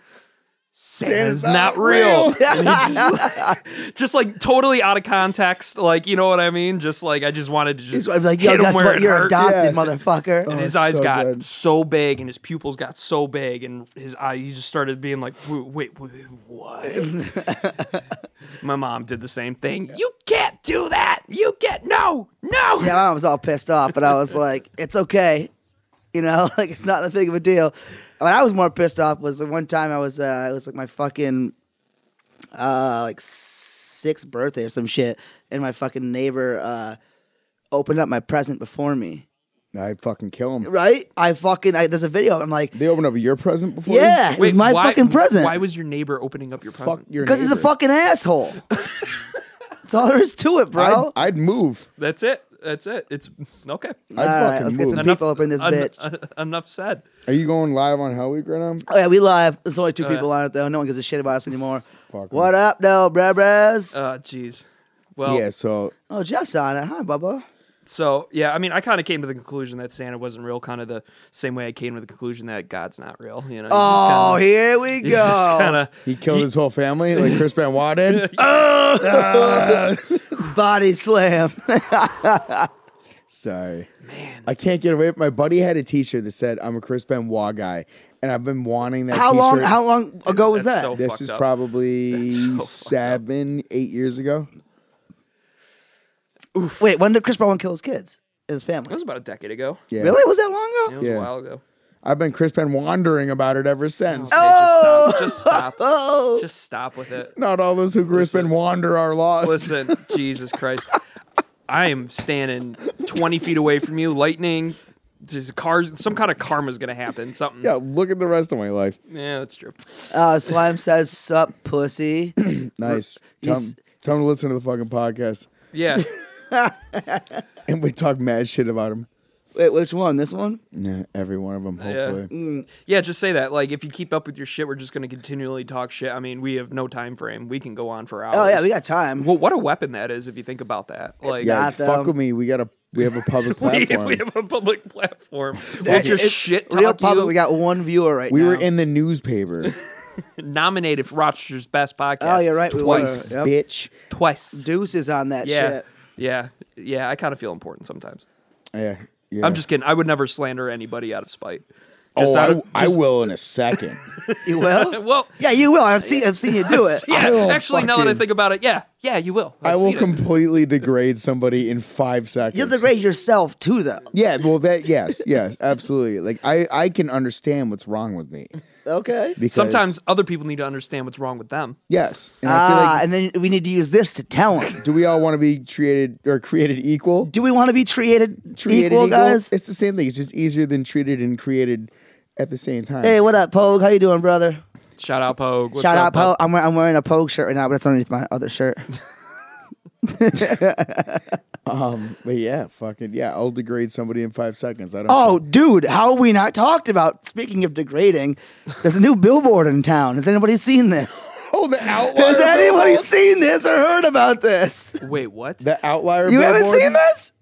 S1: Santa's not real. And he just, like, just like totally out of context, like you know what I mean. Just like I just wanted to
S3: He's
S1: just
S3: gonna be like,
S1: hit
S3: yo,
S1: him
S3: guess
S1: where
S3: what?
S1: it
S3: You're
S1: hurt.
S3: adopted,
S2: Yeah.
S3: motherfucker.
S1: And his
S2: Oh,
S1: eyes
S2: so
S1: got
S2: good.
S1: so big, and his pupils got so big, and his eye. He just started being like, "Wait, wait, wait what?" My mom did the same thing. You can't do that. You can't. No, no.
S3: Yeah, I was all pissed off, but I was like, it's okay. You know, like it's not that big of a deal. What I was more pissed off was the one time I was, uh, it was like my fucking, uh, like sixth birthday or some shit, and my fucking neighbor uh, opened up my present before me.
S2: I fucking kill him.
S3: Right? I fucking, I, there's a video. I'm like,
S2: They opened up your present before. you?
S3: yeah, it was my
S1: why,
S3: fucking present.
S1: Why was your neighbor opening up your
S2: Fuck
S1: present?
S2: your.
S3: Because he's a
S2: neighbor.
S3: fucking asshole. That's all there is to it, bro.
S2: I'd, I'd move.
S1: That's it. That's it. It's okay.
S2: I'd
S3: All right,
S2: fucking
S3: let's get
S2: move.
S3: some people up in this
S1: en-
S3: bitch.
S1: en- enough said.
S2: Are you going live on Hell Week right now?
S3: Oh yeah, we live. There's only two
S1: Oh,
S3: people on it though. No one gives a shit about us anymore.
S2: Fuck 'em.
S3: what up though, bruh bruhs?
S1: Uh, jeez. Well,
S2: yeah. So
S3: oh, Jeff's on it. Hi, Bubba.
S1: so yeah. I mean, I kind of came to the conclusion that Santa wasn't real, kind of the same way I came to the conclusion that God's not real. You know.
S3: Oh, here we go.
S1: Kind of.
S2: he killed his whole family, like Chris Benoit did.
S3: Body slam.
S2: Sorry, man. I can't get away. My buddy had a T-shirt that said, "I'm a Chris Benoit guy," and I've been wanting that.
S3: how
S2: t-shirt.
S3: long? How long ago was
S1: that's
S3: that?
S1: so-
S2: This
S1: Fucked
S2: is
S1: up.
S2: probably
S1: That's so fucked up.
S2: seven, eight years ago.
S3: Wait, when did Chris Brown kill his kids and his
S1: It
S3: family?
S1: was about a decade ago.
S2: Yeah.
S3: Really? Was that long
S1: It
S3: ago?
S1: was
S2: Yeah.
S1: a while ago.
S2: I've been Chris Ben wandering about it ever since.
S1: Oh! Just stop. Just stop.
S3: Oh,
S1: Just stop with it.
S2: Not all those who Chris Ben wander are lost.
S1: Listen, Jesus Christ. I am standing 20 feet away from you. Lightning, just cars, some kind of karma's going to happen. Something.
S2: Yeah, look at the rest of my life.
S1: Yeah, that's true.
S3: uh, slime says sup, pussy.
S2: Nice. Tell
S3: he's-
S2: him, tell him to listen to the fucking podcast.
S1: Yeah.
S2: And we talk mad shit about him.
S3: Wait, which one? This one?
S2: Yeah, every one of them, hopefully.
S3: Mm,
S1: Yeah, just say that. Like, if you keep up with your shit, we're just going to continually talk shit. I mean, we have no time frame. We can go on for hours.
S3: Oh yeah, we got time.
S1: Well, what a weapon that is if you think about that. Like,
S2: Yeah,
S3: Got
S2: fuck
S3: them.
S2: with me. We got a we have a public
S1: we,
S2: platform.
S1: we
S2: we,
S1: have a public platform. We'll just
S3: It's
S1: shit talk
S3: Real public.
S1: you.
S3: We got one viewer right now.
S2: were in the newspaper
S1: nominated for Rochester's Best Podcast.
S3: Oh, you're right. We were.
S2: twice,
S3: Yep.
S2: bitch.
S1: Twice.
S3: Deuces on that
S1: yeah.
S3: shit.
S1: Yeah. Yeah. I kind of feel important sometimes.
S2: Yeah, yeah.
S1: I'm just kidding. I would never slander anybody out of spite.
S2: Oh,
S1: Just out
S2: I,
S1: of-
S2: I will in a second.
S3: You will?
S1: Well,
S3: yeah, you will. I've seen I've seen you do it.
S1: yeah.
S2: I will
S1: actually, now that I
S2: fucking-
S1: think about it, yeah. Yeah, you will.
S2: I
S1: I've
S2: will
S1: seen it.
S2: completely degrade somebody in five seconds.
S3: You'll degrade yourself too, though.
S2: Yeah, well, that yes, yes, absolutely. Like I, I can understand what's wrong with me
S3: Okay.
S2: because
S1: Sometimes other people need to understand what's wrong with them.
S2: yes, and I feel
S3: Ah,
S2: like
S3: and then we need to use this to tell him.
S2: do we all want to be treated or created equal?
S3: Do we want to be treated,
S2: Treated
S3: equal, guys?
S2: It's the same thing. It's just easier than treated and created at the same time.
S3: Hey, what up, Pogue? How you doing, brother?
S1: Shout out Pogue. What's
S3: Shout out,
S1: up,
S3: Pogue. I'm, wear- I'm wearing a Pogue shirt right now, but it's underneath my other shirt.
S2: Um, But yeah, fucking yeah, I'll degrade somebody in five seconds. I don't.
S3: Oh,
S2: care.
S3: dude, how have we not talked about? Speaking of degrading, there's a new billboard in town. Has anybody seen this?
S2: oh, the outlier.
S3: Has anybody
S2: billboard?
S3: seen this or heard about this?
S1: Wait, what?
S2: The outlier.
S3: You haven't
S2: billboard?
S3: seen this?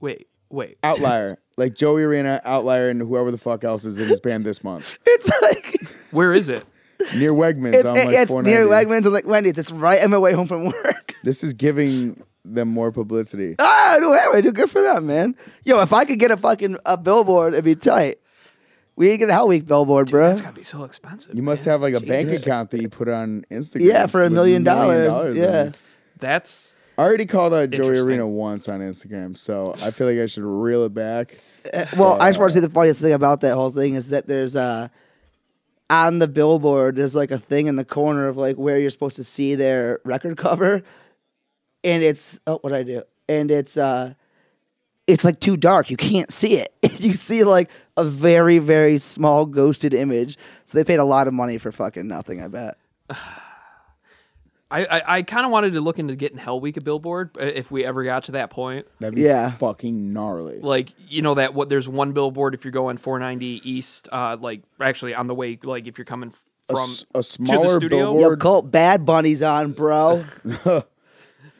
S1: Wait, wait.
S2: Outlier, like Joey Arena, outlier, and whoever the fuck else is in his band this month
S3: It's like
S1: Where is it?
S2: near Wegmans.
S3: it's,
S2: on
S3: it-
S2: like
S3: it's near
S2: 490.
S3: Wegmans and like Wendy's. It's right on my way home from work.
S2: This is giving them more publicity.
S3: Ah, do anyway, do good for them, man. Yo, if I could get a fucking a billboard, it'd be tight. We ain't get a Hell Week billboard, bro.
S1: It's got to be so expensive.
S2: You must
S1: man.
S2: have like a bank account that you put on Instagram.
S3: Yeah, for a
S2: with
S3: million
S2: in
S3: dollars. Yeah.
S2: it.
S1: That's.
S2: I already called out Joey
S1: Interesting.
S2: Arena once on Instagram, so I feel like I should reel it back.
S3: Well, I just want to say the funniest thing about that whole thing is that there's uh on the billboard there's like a thing in the corner of like where you're supposed to see their record cover, and it's oh what I do, and it's uh it's like too dark. You can't see it. you see like a very very small ghosted image. So they paid a lot of money for fucking nothing. I bet.
S1: I, I, I kind of wanted to look into getting Hell Week a billboard uh, if we ever got to that point.
S2: That'd be
S3: Yeah.
S2: fucking gnarly.
S1: like you know that what there's one billboard if you're going 490 east uh like actually on the way like if you're coming f-
S2: A
S1: from
S2: s- a
S1: to the
S2: smaller
S1: studio
S2: billboard.
S3: Yo, Colt, Bad Bunny's on, bro.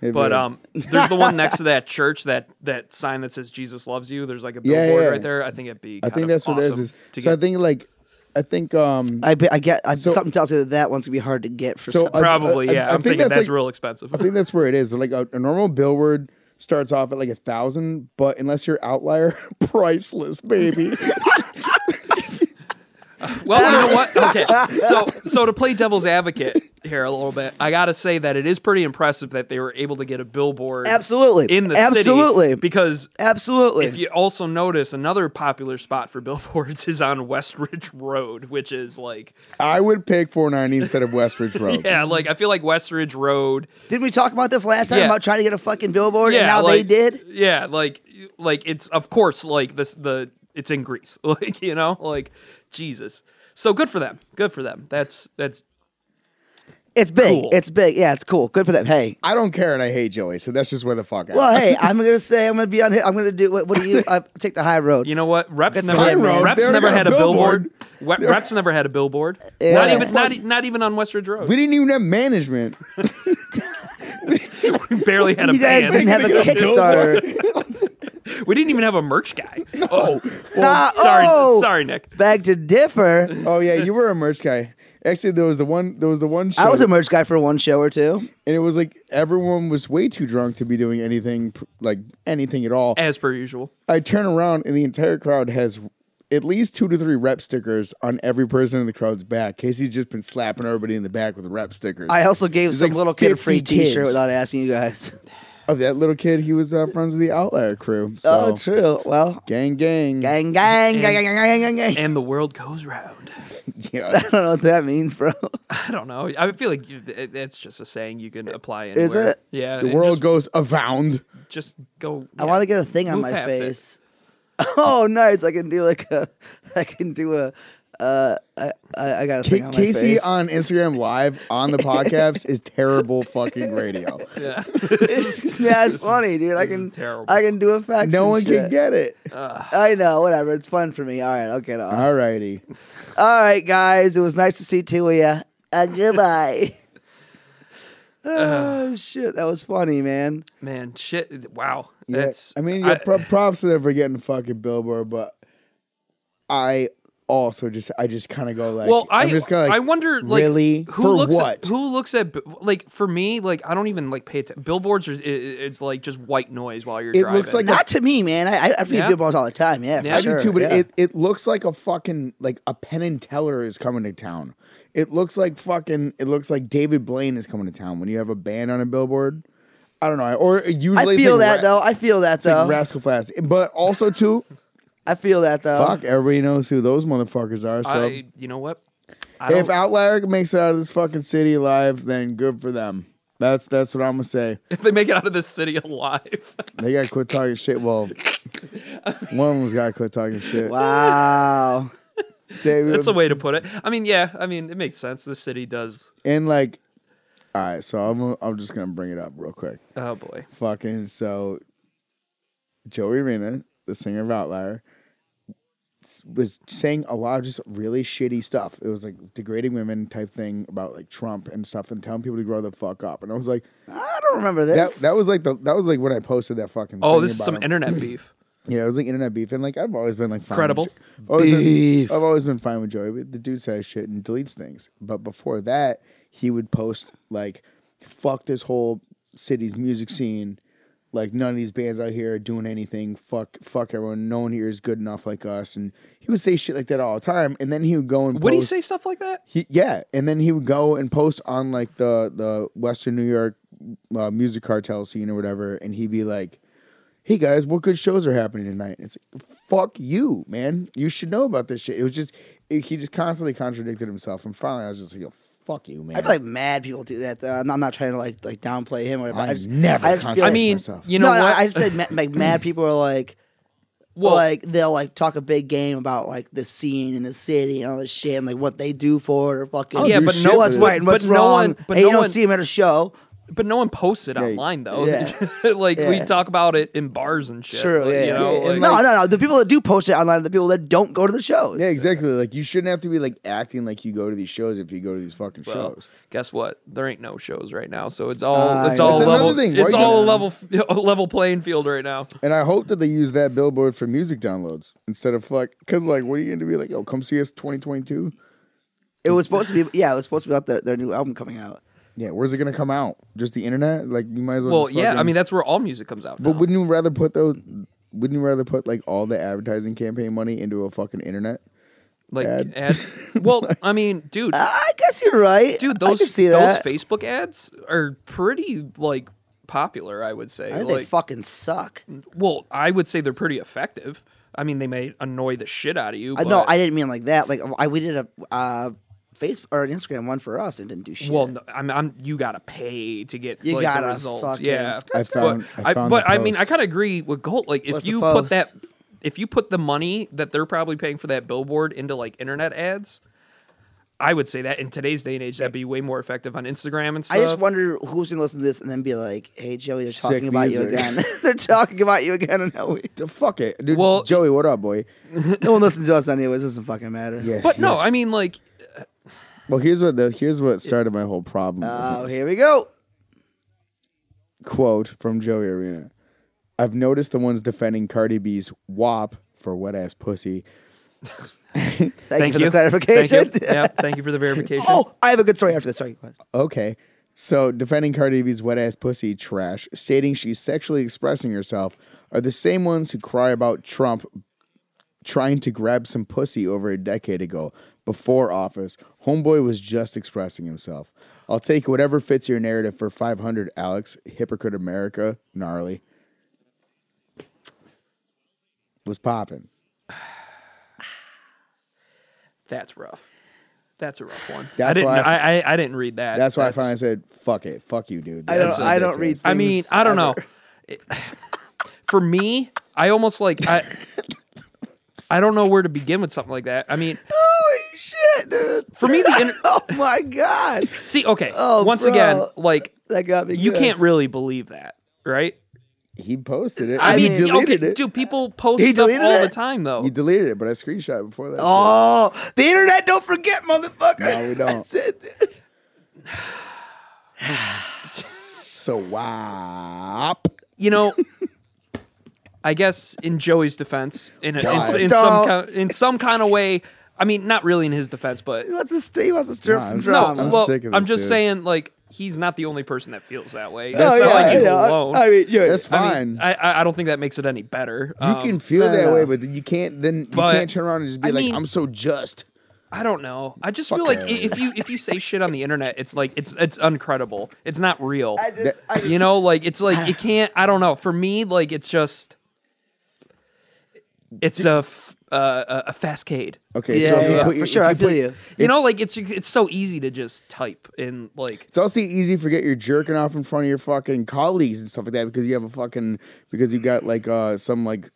S2: It'd
S1: but
S2: be-
S1: um there's the one next to that church that that sign that says jesus loves you there's like a
S2: Yeah,
S1: billboard
S2: yeah.
S1: right there i think it'd be
S2: I
S1: kind
S2: think
S1: of
S2: that's what it
S1: awesome
S2: is. is-
S1: to
S2: so I
S1: get-
S2: think like I think um
S3: I, be- I get I,
S2: So-
S3: something tells me that that one's gonna be hard to get for
S2: So,
S3: some-
S2: I-
S1: Probably,
S2: I-
S1: yeah. I,
S2: I
S1: am
S2: think
S1: thinking
S2: that's,
S1: that's,
S2: like-
S1: real expensive.
S2: I think that's where it is. But like a, a normal billboard starts off at like a thousand, but unless you're outlier, priceless, baby.
S1: Well, you know what? Okay, so so to play devil's advocate here a little bit, I gotta say that it is pretty impressive that they were able to get a billboard
S3: Absolutely.
S1: in the
S3: Absolutely.
S1: city because
S3: absolutely.
S1: if you also notice another popular spot for billboards is on West Ridge Road, which is like
S2: I would pick 490 instead of Westridge Road.
S1: yeah, like I feel like West Ridge Road
S3: Didn't we talk about this last time
S1: Yeah.
S3: about trying to get a fucking billboard and now they
S1: like-
S3: did?
S1: Yeah, like like it's of course like this the it's in Greece. Like, you know, like Jesus. So good for them. Good for them. That's that's
S3: It's big.
S1: Cool.
S3: It's big. Yeah, it's cool. Good for them. Hey.
S2: I don't care, and I hate Joey, so that's just where the fuck. I
S3: Well, hey, I'm gonna say I'm gonna be on. hi- I'm gonna do. What, what do you? Uh, take the high road.
S1: you know what? Reps
S3: for
S1: never
S3: them, man.
S1: reps
S2: They
S1: never
S2: already
S1: had a
S2: got a
S1: billboard. We- Reps never had a billboard.
S3: Yeah.
S1: Not
S3: Yeah.
S1: even not, e- not even on Westridge Road.
S2: we didn't even have management.
S1: We barely had a
S3: you guys
S1: band.
S3: didn't have a
S2: They get a
S3: Kickstarter.
S1: we didn't even have a merch guy. Oh,
S3: Nah,
S1: sorry,
S3: oh,
S1: sorry, Nick.
S3: Beg to differ.
S2: Oh yeah, you were a merch guy. Actually, there was the one. There was the one show,
S3: I was a merch guy for one show or two.
S2: and it was like everyone was way too drunk to be doing anything pr- like anything at all.
S1: As per usual.
S2: I turn around and the entire crowd has at least two to three rep stickers on every person in the crowd's back. Casey's just been slapping everybody in the back with rep stickers.
S3: I also gave
S2: There's
S3: some
S2: like
S3: little kid a free
S2: 50 kids.
S3: T-shirt without asking you guys.
S2: oh, that little kid, he was uh, friends of the Outlier crew. So
S3: Oh, true. Well,
S2: gang, gang,
S3: gang, gang, gang, gang, gang, gang, gang, gang.
S1: And the world goes round.
S2: Yeah.
S3: I don't know what that means, bro.
S1: I don't know. I feel like you, it, it's just a saying you can apply anywhere.
S3: Is it?
S1: Yeah.
S2: The
S1: it
S2: world
S1: just,
S2: goes avound.
S1: just go.
S3: I want to get a thing on
S1: Move
S3: my
S1: past it.
S3: face. Oh, nice! I can do like a. I can do a. Uh, I, I I got a
S2: K-
S3: thing on my
S2: Casey uh,
S3: face.
S2: on Instagram live on the podcast is terrible fucking radio.
S1: Yeah.
S3: It's mad funny, dude. I
S1: this is
S3: can
S1: terrible.
S3: I can do effects.
S2: No
S3: and
S2: one
S3: shit.
S2: can get Uh-huh. it.
S1: Uh,
S3: I know, whatever. It's fun for me. All right, I'll get off.
S2: Alrighty.
S3: All right, guys. It was nice to see two of you. Uh, goodbye. oh shit, that was funny, man.
S1: Man, shit. Wow.
S2: Yeah,
S1: That's.
S2: I mean, yeah,
S1: I-
S2: pro- props to them for getting a fucking billboard, but I also just I just kind of go like,
S1: well, I
S2: I'm just kinda like,
S1: I wonder like
S2: really
S1: who
S2: for
S1: looks
S2: what?
S1: at who looks at bi- like for me like I don't even like pay attention. Billboards are i- i it's like just white noise while you're
S2: It
S1: driving.
S2: looks like a
S3: Not to me, man. I I, I read
S1: Yeah?
S3: billboards all the time. Yeah,
S1: Yeah.
S2: I
S3: for sure.
S2: do too, but
S3: yeah.
S2: it, it looks like a fucking like a Penn and Teller is coming to town. It looks like fucking it looks like David Blaine is coming to town when you have a band on a billboard. I don't know, or
S3: I
S2: usually it's
S3: feel
S2: like
S3: that
S2: Ra-
S3: though. I feel that
S2: like
S3: though.
S2: Rascal Flatts, but also too,
S3: I feel that though.
S2: fuck, everybody knows who those motherfuckers are. So
S1: I, you know what? I
S2: If
S1: don't,
S2: Outlier makes it out of this fucking city alive, then good for them. That's that's what I'm gonna say.
S1: if they make it out of this city alive,
S2: They gotta quit talking shit. Well, one of them's gotta quit talking shit.
S3: Wow.
S2: Say-
S1: that's a way to put it. I mean, yeah. I mean, it makes sense. The city does.
S2: And like, all right. So I'm I'm just gonna bring it up real quick.
S1: Oh boy.
S2: Fucking so, Joey Arena, the singer of Outlier, was saying a lot of just really shitty stuff. It was like degrading women type thing about like Trump and stuff, and telling people to grow the fuck up. And I was like,
S3: I don't remember
S2: that
S3: this.
S2: that was like the that was like when I posted that fucking.
S1: Oh,
S2: thing
S1: this is
S2: about
S1: some
S2: him.
S1: internet beef.
S2: Yeah, it was like internet beef, and like I've always been like fine
S1: Credible.
S2: With, Jo- always been-
S3: Beef.
S2: I've always been fine with Joey, but the dude says shit and deletes things. But before that, he would post like, "Fuck this whole city's music scene." Like none of these bands out here are doing anything. Fuck, fuck everyone. No one here is good enough like us. And he would say shit like that all the time. And then he would go and
S1: Would he
S2: post-
S1: say stuff like that?
S2: he yeah, and then he would go and post on like the the Western New York uh, music cartel scene or whatever, and he'd be like, "Hey guys, what good shows are happening tonight?" And it's like, "Fuck you, man! You should know about this shit." It was just it, he just constantly contradicted himself, and finally I was just like, Yo, "Fuck you, man!"
S3: I feel like mad people do that though. I'm not, I'm not trying to like like downplay him or whatever.
S2: I
S3: I just
S2: never
S3: I just feel
S2: contradict
S1: I mean,
S2: myself.
S1: you know
S3: no,
S1: what?
S3: I, I just think ma- like mad people are like,
S1: Well-
S3: like they'll like talk a big game about like the scene in the city and all this shit and like what they do for it or fucking
S1: yeah,
S2: do
S1: but
S2: shit
S1: no
S2: with
S3: what's
S2: it.
S1: but-
S3: right and what's
S1: but no
S3: wrong.
S1: one- but
S3: and
S1: no
S3: you don't
S1: one-
S3: see them at a show.
S1: But no one posts it online though.
S3: yeah.
S1: like we
S3: Yeah.
S1: talk about it in bars and shit.
S3: True,
S1: like,
S3: yeah.
S1: You know,
S2: Yeah,
S1: like-
S2: and
S3: no, no, no. The people that do post it online are the people that don't go to the shows.
S2: Yeah, exactly. Like you shouldn't have to be like acting like you go to these shows if you go to these fucking
S1: Well,
S2: shows.
S1: guess what? There ain't no shows right now, so it's all
S3: Ah,
S1: it's
S3: yeah.
S1: all
S2: That's another
S1: level.
S2: thing.
S1: It's
S2: Why
S1: all a
S2: you-
S1: level f- a level playing field right now.
S2: And I hope that they use that billboard for music downloads instead of fuck. Cause like, what are you gonna be like? Yo, come see us 2022.
S3: It was supposed to be, yeah, it was supposed to be about their, their new album coming out.
S2: Yeah, where's it gonna come out? Just the internet? Like you might as well.
S1: Well,
S2: just
S1: yeah, I
S2: fucking-
S1: mean that's where all music comes out.
S2: But
S1: now.
S2: wouldn't you rather put those? Wouldn't you rather put like all the advertising campaign money into a fucking internet?
S1: like
S2: ad.
S1: ads- well, I mean, dude,
S3: I guess you're right,
S1: dude,
S3: I
S1: those
S3: can see
S1: those
S3: that.
S1: Facebook ads are pretty like popular. I would say.
S3: I think
S1: like,
S3: they fucking suck.
S1: well, I would say they're pretty effective. I mean, they may annoy the shit out of you.
S3: I
S1: but,
S3: no, I didn't mean like that. Like I, we did a uh, Facebook or an Instagram one for us and didn't do shit.
S1: Well, no, I'm, I'm. You gotta pay to get
S3: You
S1: like,
S3: gotta
S1: the results.
S3: fucking
S1: Yeah,
S3: scratch
S2: I found-
S1: But
S2: I found
S1: but
S2: the
S1: I mean, I
S2: post.
S1: kind of agree with Gold. Like, if
S3: What's the
S1: you put
S3: post?
S1: that, if you put the money that they're probably paying for that billboard into like internet ads, I would say that in today's day and age, that'd be way more effective on Instagram and stuff.
S3: I just wonder who's gonna listen to this and then be like, "Hey, Joey, they're
S2: Sick
S3: talking about you
S2: music.
S3: again. they're talking about you again." And now we,
S2: The fuck it, dude.
S1: Well-
S2: Joey, what up, boy?
S3: no one listens to us anyways. It doesn't fucking matter.
S2: Yeah,
S1: But no, I mean, like,
S2: Well, here's what the here's what started my whole problem.
S3: Oh, here we go.
S2: Quote from Joey Arena: "I've noticed the ones defending Cardi B's WAP for wet ass pussy.
S3: Thank,
S1: thank
S3: you for
S1: you.
S3: the clarification.
S1: Thank you. yeah, thank you for the verification.
S3: oh, I have a good story after this. Sorry. go ahead.
S2: Okay, so defending Cardi B's wet ass pussy trash, stating she's sexually expressing herself, are the same ones who cry about Trump trying to grab some pussy over a decade ago before office. Homeboy was just expressing himself. I'll take whatever fits your narrative for 500, Alex. Hypocrite America, gnarly. Was popping.
S1: That's rough. That's a rough one. I
S2: That's
S1: didn't.
S2: why I-
S1: I, I, I didn't read that.
S2: That's why I finally said, fuck it. Fuck you, dude. This
S3: I don't-
S2: is
S3: I don't
S2: ridiculous."
S3: read-
S1: I mean,
S3: things
S1: I don't know.
S3: ever.
S1: It- For me, I almost like I I don't know where to begin with something like that. I mean,
S3: Holy shit, dude!
S1: for me the inter-
S3: oh my god,
S1: see okay,
S3: Oh,
S1: once
S3: bro.
S1: again, like
S3: that got me.
S1: you
S3: good.
S1: can't really believe that, right?
S2: He posted it.
S3: I
S2: I mean,
S3: mean,
S2: he deleted
S1: okay,
S2: it.
S1: dude, people post
S3: He
S1: stuff
S3: deleted
S1: all the
S3: it?
S1: time though.
S2: He deleted it, but I screenshot it before that. shit.
S3: Oh, the internet don't forget, motherfucker.
S2: No, we don't.
S3: That's it.
S2: Swap.
S1: you know, I guess in Joey's defense, in a, in, s- in some
S3: Don't.
S1: kind, in some kind of way, I mean, not really in his defense, but
S3: He wants to stay. He wants to stir up
S2: Nah,
S3: some
S2: I'm so-
S3: drama.
S1: no, well,
S2: sick of
S1: I'm
S2: this
S1: just
S2: dude.
S1: saying, like, he's not the only person that feels that way.
S2: That's
S1: it's not
S2: fine.
S1: like he's
S2: Yeah,
S1: alone.
S3: I mean, yeah,
S2: That's
S1: I mean,
S2: fine.
S1: I, I, I don't think that makes it any better.
S2: You
S1: Um,
S2: can feel
S3: no,
S2: that
S3: no.
S2: way, but you can't. Then you
S1: But,
S2: can't turn around and just be
S1: I
S2: like,
S1: mean-
S2: "I'm so just."
S1: I don't know. I just feel like i-
S2: Fucker.
S1: if you if you say shit on the internet, it's like it's it's uncredible. It's not real.
S3: I just, I just,
S1: you know, like it's like it can't. I don't know. For me, like it's just it's a f- uh, a- a fastcade.
S2: Okay,
S3: yeah,
S2: so if you
S3: yeah,
S2: put,
S3: for
S2: if
S3: sure. I
S2: you
S3: feel
S2: put-
S3: you.
S1: You know, like it's it's so easy to just type and like.
S2: It's also easy to forget you're jerking off in front of your fucking colleagues and stuff like that because you have a fucking because you
S3: Mm.
S2: got like uh some like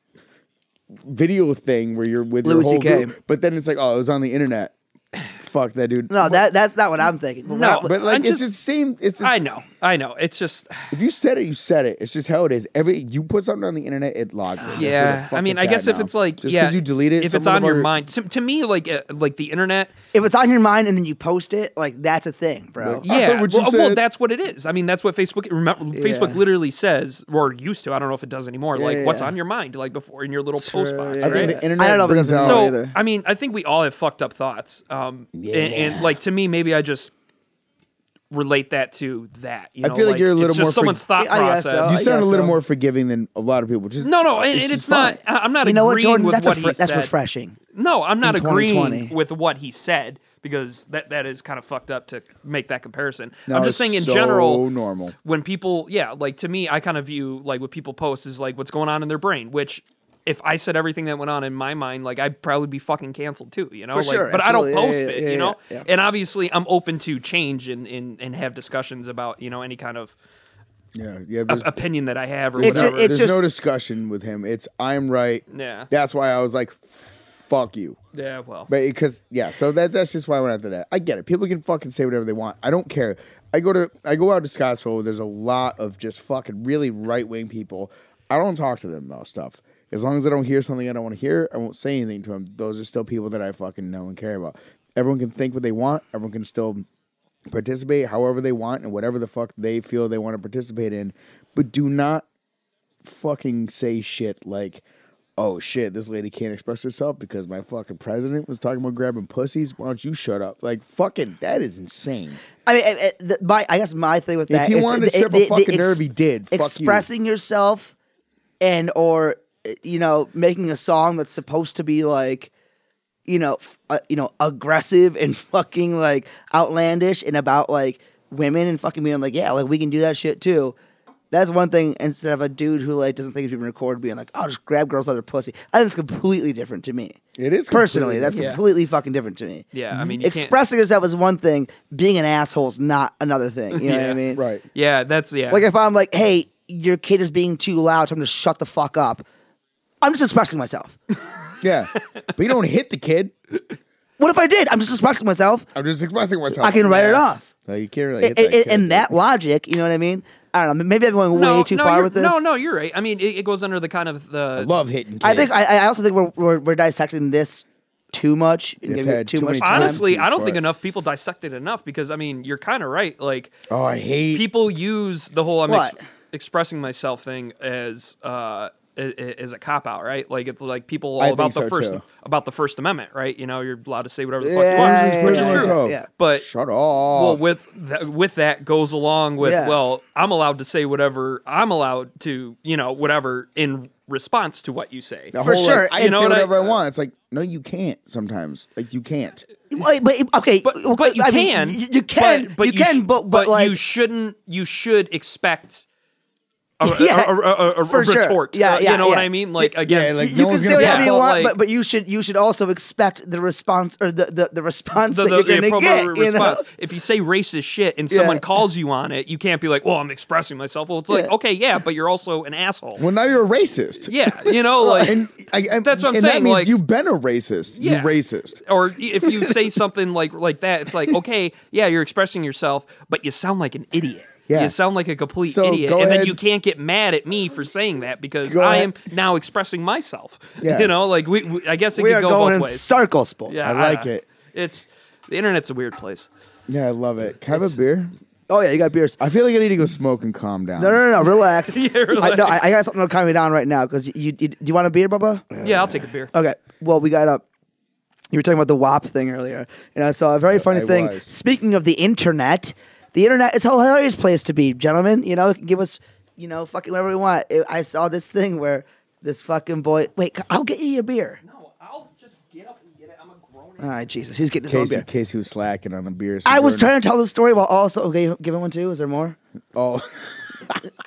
S2: video thing where you're with
S3: Louis
S2: your whole
S3: CK.
S2: group. But then it's like, oh, it was on the internet. Fuck that dude.
S3: No, that that's not what I'm thinking. But
S1: No,
S3: what I-
S2: but like
S1: I'm
S2: it's
S1: just-
S2: the same. It's the
S1: I know, I know. It's just
S2: If you said it, you said it. It's just how it is. Every you put something on the internet, it logs it. That's where the
S1: Yeah,
S2: fuck
S1: I mean,
S2: it's
S1: I
S2: at
S1: guess if
S2: now.
S1: it's like
S2: just
S1: yeah,
S2: you delete it,
S1: if
S2: some
S1: it's on your
S2: motherfucker-
S1: mind, to, to me, like uh, like the internet,
S3: if it's on your mind and then you post it, like that's a thing, bro.
S2: I heard
S1: yeah,
S2: what you
S1: well, well,
S2: said.
S1: that's what it is. I mean, that's what Facebook remember, Facebook
S3: Yeah.
S1: literally says or used to. I don't know if it does anymore. like what's
S3: yeah.
S1: on your mind, like before in your little post box.
S3: yeah.
S2: I
S1: right?
S2: think
S3: I
S2: the internet.
S3: don't know if it
S2: brings
S3: doesn't
S2: out-
S3: know
S1: so
S3: either.
S1: I mean, I think we all have fucked up thoughts. Um, and- and,
S2: Yeah.
S1: like to me, maybe I just relate that to that. You
S2: I
S1: know,
S2: feel like you're a
S1: it's
S2: little
S1: just
S2: more forg-
S1: someone's thought
S3: I guess so.
S1: process.
S2: You
S3: I
S2: sound a
S3: guess
S2: little
S3: so.
S2: more forgiving than a lot of people. Which is
S1: uh, no, no, and, and
S2: uh, just
S1: it's not.
S2: fine.
S1: I- I'm not
S3: you know what,
S1: agreeing
S3: Jordan?
S1: with
S3: That's
S1: what
S3: a
S1: he
S3: fr- that's
S1: said.
S3: refreshing.
S1: No, I'm not agreeing
S3: 2020.
S1: with what he said because that that is kind of fucked up to make that comparison.
S2: No,
S1: I'm just
S2: it's
S1: saying in
S2: so
S1: general
S2: normal.
S1: when people yeah, like to me I kind of view like what people post is like what's going on in their brain, which if I said everything that went on in my mind, like I'd probably be fucking canceled too, you know?
S3: For
S1: like
S3: sure,
S1: but I don't
S3: absolutely. Yeah,
S1: post
S3: yeah,
S1: it,
S3: yeah,
S1: you know?
S3: yeah, yeah.
S1: And obviously I'm open to change and, and and have discussions about, you know, any kind of
S2: Yeah, yeah. There's,
S1: opinion that I have or
S3: It ju-
S1: whatever.
S3: it
S2: there's
S3: just-
S2: no discussion with him. It's I'm right.
S1: Yeah.
S2: That's why I was like, fuck you.
S1: yeah, well.
S2: But because yeah, so that that's just why I went after that. I get it. People can fucking say whatever they want. I don't care. I go to I go out to Scottsville. There's a lot of just fucking really right wing people. I don't talk to them about stuff. As long as I don't hear something I don't want to hear, I won't say anything to them. Those are still people that I fucking know and care about. Everyone can think what they want. Everyone can still participate however they want and whatever the fuck they feel they want to participate in. But do not fucking say shit like, oh shit, this lady can't express herself because my fucking president was talking about grabbing pussies. Why don't you shut up? Like, fucking, that is insane.
S3: I mean, it, it, the, my I guess my thing with that
S2: he
S3: is
S2: wanted to
S3: the-
S2: trip a
S3: the- the
S2: fucking nerve, he did. Fuck you.
S3: expressing yourself, and or eh, you know making a song that's supposed to be like, you know, f- uh, you know, aggressive and fucking like outlandish and about like women and fucking being like, yeah, like we can do that shit too. That's one thing. Instead of a dude who like doesn't think he's being recorded being like, I'll just grab girls by their pussy. I think it's completely different to me.
S2: It is
S3: personally
S2: completely
S3: that's
S1: different. Yeah.
S3: completely fucking different to me.
S1: Yeah, I mean, you can't-
S3: expressing yourself is one thing. Being an asshole is not another thing. You know what I
S1: Yeah,
S3: mean?
S2: Right.
S1: Yeah, that's yeah.
S3: Like if I'm like, hey, your kid is being too loud, tell him to shut the fuck up. I'm just expressing myself.
S2: Yeah. but you don't hit the kid.
S3: what if I did? I'm just expressing myself.
S2: I'm just expressing myself.
S3: I can write it
S1: Yeah.
S3: off.
S2: No, you can't really
S3: And
S2: hit that kid.
S3: that logic, you know what I mean? I don't know. Maybe I'm going way too far
S1: you're-
S3: with this.
S1: No, no, you're right. I mean, it, it goes under the kind of the
S2: Love hitting kids.
S3: I think I, I also think we're, we're we're dissecting this too much and
S2: They've
S3: giving it
S2: had
S3: too,
S2: too
S3: much
S2: many
S3: time.
S2: times.
S1: honestly,
S2: too
S1: I don't
S2: far.
S1: think enough people dissect it enough because I mean, you're kind of right. Like
S2: Oh, I hate
S1: people use the whole I'm ex-
S3: What?
S1: expressing myself thing as uh a- a- as a cop out, right? Like it's like people all
S2: I
S1: about the
S2: think so,
S1: first
S2: too.
S1: about the First Amendment, right? You know, you're allowed to say whatever the
S3: Yeah,
S1: fuck you want.
S3: yeah,
S2: Where's
S1: which
S3: yeah,
S1: is
S2: your
S1: true.
S2: myself?
S3: yeah.
S1: But
S2: Shut up.
S1: well, with th- with that goes along with
S3: Yeah.
S1: well, I'm allowed to say whatever I'm allowed to, you know, whatever in response to what you say.
S2: The
S3: for
S2: whole,
S3: sure,
S2: Like, I
S1: you
S2: can
S1: know
S2: say
S1: what I- uh,
S2: whatever I, want. It's like, no, you can't sometimes. Like, you can't.
S3: Well, but okay,
S1: But,
S3: well,
S1: but you
S3: I mean,
S1: can.
S3: you, you can,
S1: But, but
S3: you,
S1: sh-
S3: can, but, but like
S1: you shouldn't. You should expect. A, a-
S3: Yeah,
S1: a, a, a- a
S3: for sure.
S1: retort.
S3: Yeah,
S1: uh,
S3: yeah,
S1: you know what
S3: yeah.
S1: I mean. Like again,
S2: like,
S3: you,
S2: no
S3: can
S2: one's
S3: say
S2: gonna be
S3: whatever
S1: upset,
S3: you want,
S1: like-
S3: but, but you should you should also expect the response or the, the, the response
S1: the,
S3: that
S1: the, the
S3: you're gonna
S1: appropriate
S3: get. you know?
S1: response. If you say racist shit and someone
S3: Yeah.
S1: calls you on it, you can't be like, "Well, I'm expressing myself." Well, it's like,
S3: Yeah.
S1: okay, yeah, but you're also an asshole.
S2: Well, now you're a racist.
S1: yeah, you know, like
S2: And I, I,
S1: That's what I'm
S2: and That
S1: saying,
S2: means
S1: like-
S2: you've been a racist.
S1: Yeah.
S2: You racist.
S1: or i- if you say something like like that, it's like, okay, yeah, you're expressing yourself, but you sound like an idiot.
S2: Yeah.
S1: You sound like a complete
S2: So,
S1: idiot,
S2: go
S1: and then
S2: ahead-
S1: you can't get mad at me for saying that because
S2: Go
S1: I
S2: ahead.
S1: am now expressing myself.
S2: Yeah.
S1: You know, like we, we I guess it
S3: we
S1: could
S3: are
S1: go
S3: going
S1: both
S3: in
S1: ways.
S3: circles, boy.
S1: yeah,
S2: I like
S1: don't know.
S2: it.
S1: It's the internet's a weird place.
S2: Yeah, I love it. Can I have a beer?
S3: Oh yeah, you got beers.
S2: I feel like I need to go smoke and calm down.
S3: No, no, no, no relax.
S1: Yeah,
S3: I, no, I, I got something to calm me down right now because you, you. Do you want a beer, Bubba?
S1: Yeah, I'll take a beer.
S3: Okay. Well, we got up. You were talking about the WAP thing earlier, and I saw a very funny
S2: I
S3: thing.
S2: was.
S3: Speaking of the internet, the internet is a hilarious place to be, gentlemen. You know, it can give us, you know, fucking whatever we want. I I saw this thing where this fucking boy. Wait, I'll get you your beer.
S1: No, I'll just get up and get it. I'm a grown
S3: All right, Jesus, he's getting his own
S2: Casey,
S3: beer.
S2: Casey was slacking on the beer.
S3: I was
S2: sojourn.
S3: trying to tell the story while also okay, give him one too. Is there more?
S2: Oh.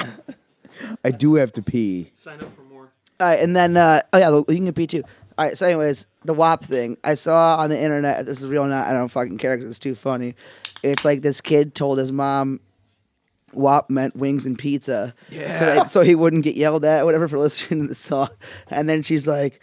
S2: I do have to pee.
S1: Sign up for more.
S3: All right, and then uh, oh yeah, look, you can get P two. All right, so anyways, the WAP thing I saw on the internet. This is real, or not I don't fucking care because it's too funny. It's like this kid told his mom WAP meant wings and pizza, so, that, so he wouldn't get yelled at, whatever, for listening to the song. And then she's like,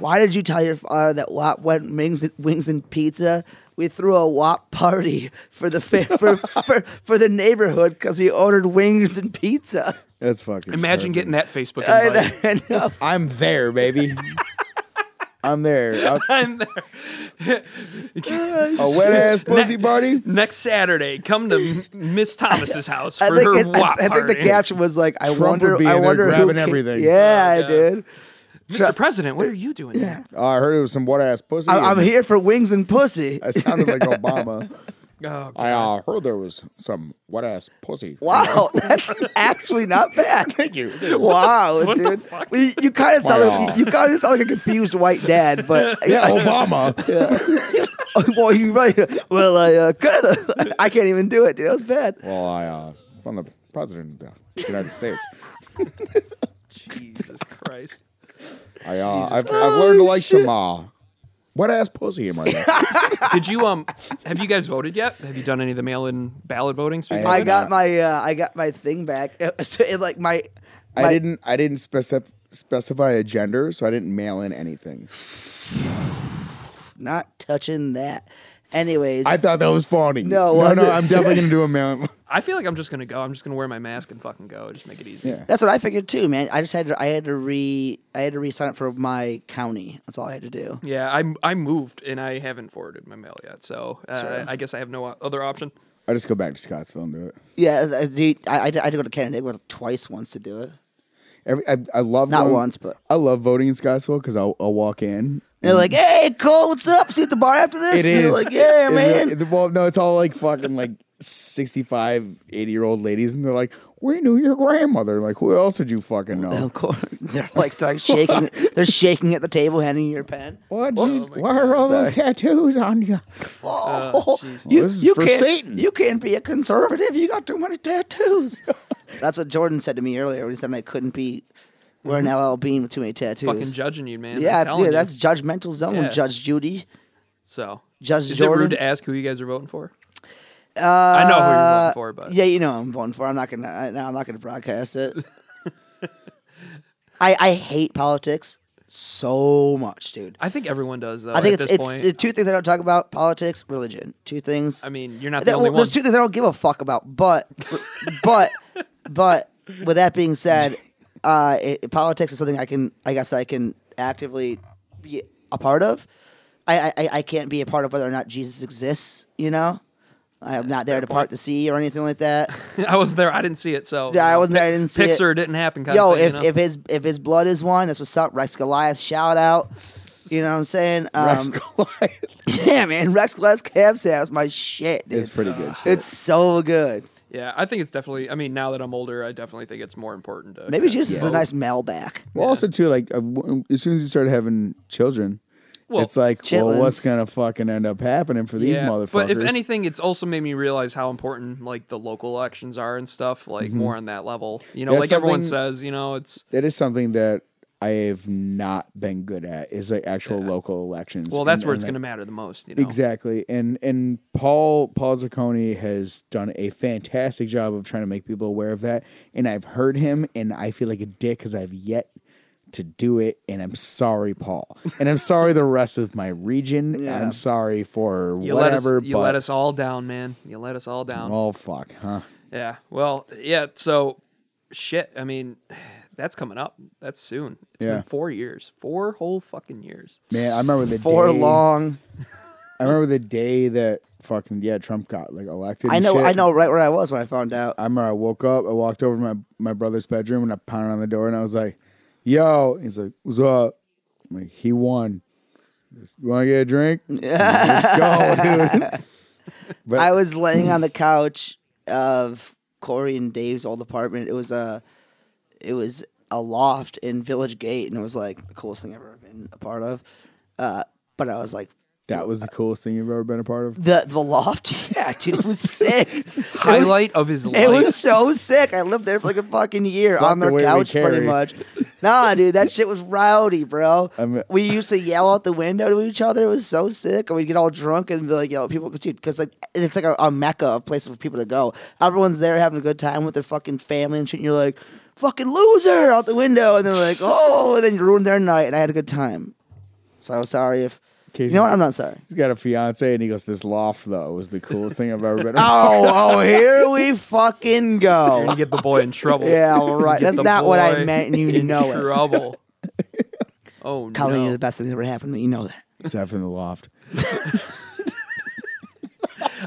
S3: "Why did you tell your father that WAP went wings and, wings and pizza?" We threw a WAP party for the fa- for, for, for the neighborhood because he ordered wings and pizza. uh,
S2: That's fucking.
S1: Imagine
S2: perfect.
S1: getting that Facebook
S3: I
S1: invite.
S3: know- I know.
S2: I'm there, baby. I'm there. A,
S1: I'm there.
S2: a wet ass pussy party.
S1: Next Saturday, come to M- Miss Thomas's house for
S3: I think,
S1: her
S3: it- I,
S1: WAP
S3: I think the
S1: party.
S3: caption was like, "I
S2: Trump
S3: wonder,
S2: would be
S3: I
S2: in there
S3: wonder who
S2: grabbing
S3: ca-
S2: everything.
S3: Yeah,
S1: God.
S3: dude.
S1: Mr. President, what are you doing? Yeah.
S2: Oh, I heard it was some wet ass pussy.
S3: I, I'm here for wings and pussy.
S2: I sounded like Obama.
S1: Oh,
S2: I uh, heard there was some wet ass pussy.
S3: Wow, that's actually not bad. Thank
S2: you.
S3: Wow,
S1: what the
S3: dude. Well, You, you kind of sound
S2: Wow.
S3: like, you kind of sound like a confused white dad, but
S2: Yeah, Obama.
S3: well, you right. Well, I uh, kind of. I can't even do it, dude. That was bad.
S2: Well, I uh, from the president of the United States.
S1: Jesus Christ.
S2: I uh, I've, I've learned to like some uh, wet ass pussy in my life.
S1: Did you um have you guys voted yet? Have you done any of the mail in ballot voting? speaking of
S3: I
S1: it?
S3: got my uh, I got my thing back. It, like my, my
S2: I didn't I didn't specif- specify a gender, so I didn't mail in anything.
S3: not touching that. Anyways,
S2: I thought that was funny.
S3: No,
S2: no,
S3: was
S2: no.
S3: it?
S2: I'm definitely gonna do a mountain.
S1: I feel like I'm just gonna go. I'm just gonna wear my mask and fucking go. Just make it easy.
S2: Yeah.
S3: that's what I figured too, man. I just had to, I had to re I had to re sign up for my county. That's all I had to do.
S1: Yeah, I I moved and I haven't forwarded my mail yet, so uh, I guess I have no o- other option.
S2: I just go back to Scottsville and do it.
S3: Yeah, I, I, I had to I had to go to Canada well, twice once to do it.
S2: Every I, I love
S3: Not
S2: going-
S3: once, but-
S2: I love voting in Scottsville because I'll, I'll walk in.
S3: They're like, "Hey, Cole, what's up? See you at the bar after this."
S2: Mm. It
S3: And you're
S2: is
S3: like, "Yeah,
S2: It
S3: man."
S2: really- well, no, it's all like fucking like 65, 80 year old ladies, and they're like, "We knew your grandmother." I'm like, who else did you fucking know?
S3: Of course, they're like, they're like shaking. They're shaking at the table, handing you your pen.
S2: What?
S1: Oh my
S2: why are all those tattoos on you?
S3: Oh,
S1: jeez.
S3: you,
S2: This is
S3: you
S2: for
S3: can't,
S2: Satan.
S3: You can't be a conservative. You got too many tattoos. That's what Jordan said to me earlier when he said I couldn't be wearing
S2: Mm-hmm.
S3: LL Bean with too many tattoos.
S1: Fucking judging you, man.
S3: yeah,
S1: I'm
S3: it's,
S1: telling
S3: yeah
S1: you.
S3: that's judgmental zone,
S1: Yeah.
S3: Judge Judy.
S1: so.
S3: Judge
S1: is it
S3: Jordan.
S1: rude to ask who you guys are voting for? Uh, I know who you're voting for, but
S3: Yeah, you know I'm voting for. I'm not gonna. I, I'm not gonna broadcast it. I I hate politics so much, dude.
S1: I think everyone does though.
S3: I
S1: at
S3: think it's
S1: this
S3: it's
S1: point,
S3: the two things I don't talk about: politics, religion. Two things.
S1: I mean, you're not the
S3: That-
S1: only
S3: well,
S1: one.
S3: there's two things I don't give a fuck about. But but but with that being said, uh, it, politics is something I can I guess I can actively be a part of. I I- I, I can't be a part of whether or not Jesus exists. You know. I'm not there to part the sea or anything like that.
S1: I was there. I didn't see it. So
S3: Yeah,
S1: you
S3: I
S1: know,
S3: wasn't there, I didn't see it.
S1: Pixar didn't happen. Kind
S3: Yo,
S1: of thing,
S3: if,
S1: you know?
S3: if his if his blood is wine, that's what's up. Rex Goliath, shout out. You know what I'm saying?
S2: Rex
S3: Um,
S2: Goliath.
S3: yeah, man. Rex Goliath cab sandwich, my shit. Dude.
S2: It's pretty good. shit.
S3: It's so good.
S1: yeah, I think it's definitely. I mean, now that I'm older, I definitely think it's more important. To
S3: Maybe Jesus is a
S1: vote.
S3: nice mailback.
S2: Well, also too, like uh, w- as soon as you start having children,
S1: Well,
S2: it's like,
S3: chitlins.
S2: well, what's gonna fucking end up happening for these
S1: Yeah,
S2: motherfuckers?
S1: But if anything, it's also made me realize how important like the local elections are and stuff, like
S3: Mm-hmm.
S1: more on that level. You know,
S2: That's
S1: like everyone
S2: something-
S1: says, you know, it's
S2: that is something that I have not been good at is like actual local elections.
S1: well, that's
S2: And-
S1: where
S2: and
S1: it's
S2: that-
S1: going to matter the most. You know,
S2: Exactly. And and Paul Paul Zaccone has done a fantastic job of trying to make people aware of that. And I've heard him and I feel like a dick because I've yet to do it. And I'm sorry, Paul. And I'm sorry the rest of my region.
S3: Yeah.
S2: I'm sorry for
S1: You
S2: whatever.
S1: let us, you
S2: but
S1: let us all down, man. You let us all down.
S2: Oh fuck, huh?
S1: yeah. Well, yeah. So, shit. I mean, that's coming up. That's soon. It's
S2: Yeah.
S1: been four years, four whole fucking years.
S2: Man, I remember the
S3: For
S2: day,
S3: long.
S2: I remember the day that fucking yeah, Trump got like elected.
S3: I
S2: and
S3: know
S2: shit.
S3: I know right where I was when I found out.
S2: I remember I woke up, I walked over to my, my brother's bedroom and I pounded on the door and I was like, yo. He's like, what's up? I'm like, he won. You want to get a drink? Let's go, dude. But
S3: I was laying on the couch of Corey and Dave's old apartment. It was a, it was a loft in Village Gate, and it was like the coolest thing I've ever been a part of. Uh, but I was like,
S2: that was the coolest thing you've ever been a part of.
S3: the the loft, yeah, dude, it was sick. It was-
S1: Highlight of his life.
S3: It was so sick. I lived there for like a fucking year on
S2: the
S3: their
S2: way we
S3: couch, pretty
S2: carry.
S3: much. Nah, dude, that shit was rowdy, bro.
S2: I'm-
S3: we used to yell out the window to each other. It was so sick. And we'd get all drunk and be like, "Yo, people, because like it's like a, a mecca, a place for people to go. Everyone's there having a good time with their fucking family and shit. And you're like, "Fucking loser!" out the window, and they're like, "Oh," and then you ruined their night. And I had a good time. So I was sorry if.
S2: Casey's-
S3: you know what? I'm not sorry.
S2: He's got a fiance and he goes, this loft, though, was the coolest thing I've ever been a part of.
S3: Oh, oh, here we fucking go.
S1: You get the boy in trouble.
S3: Yeah, all right.
S1: Get
S3: That's
S1: the
S3: not what I
S1: boy
S3: meant, and you know
S1: in
S3: it.
S1: trouble. Oh
S3: Colin,
S1: no!
S3: you're the best thing that ever happened to me. You know that.
S2: Except in the loft.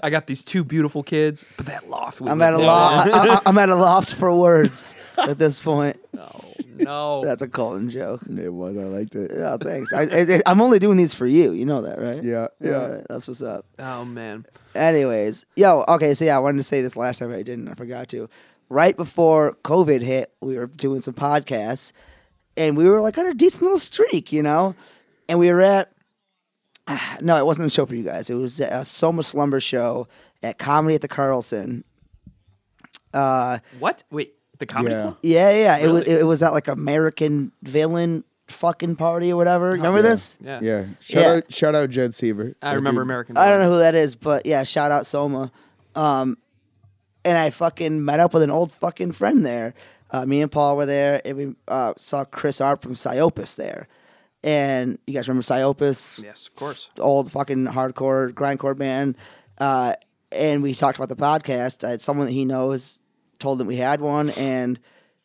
S1: I got these two beautiful kids, but that loft. we
S3: I'm at
S1: lived
S3: a
S1: in.
S3: loft. I'm at a loft for words at this point.
S1: No,
S3: That's a Colton joke.
S2: It was. I liked it.
S3: Yeah, thanks. I, I, I'm only doing these for you. You know that, right?
S2: Yeah, yeah.
S3: All right, that's what's up.
S1: Oh man.
S3: Anyways, yo, okay, so yeah, I wanted to say this last time, but I didn't. I forgot to. Right before COVID hit, we were doing some podcasts, and we were like on a decent little streak, you know. And we were at no, it wasn't a show for you guys. It was a Soma Slumber show at Comedy at the Carlson.
S1: What? Wait, the comedy
S2: Yeah.
S1: club?
S3: Yeah, yeah, it was
S1: Really?
S3: it, was at like American Villain fucking party or whatever. Remember this?
S1: Yeah.
S2: Yeah. Shout
S3: Yeah.
S2: out shout out Jed Seaver.
S1: I
S2: That
S1: remember
S2: dude-
S1: American.
S3: I don't
S1: Idol.
S3: know who that is, but yeah, shout out Soma. Um, and I fucking met up with an old fucking friend there. Uh, me and Paul were there, and we uh, saw Chris Arp from Psyopus there. And you guys remember Psyopus?
S1: Yes, of course.
S3: old fucking hardcore grindcore band. Uh, and we talked about the podcast. Uh, someone that he knows told him we had one, and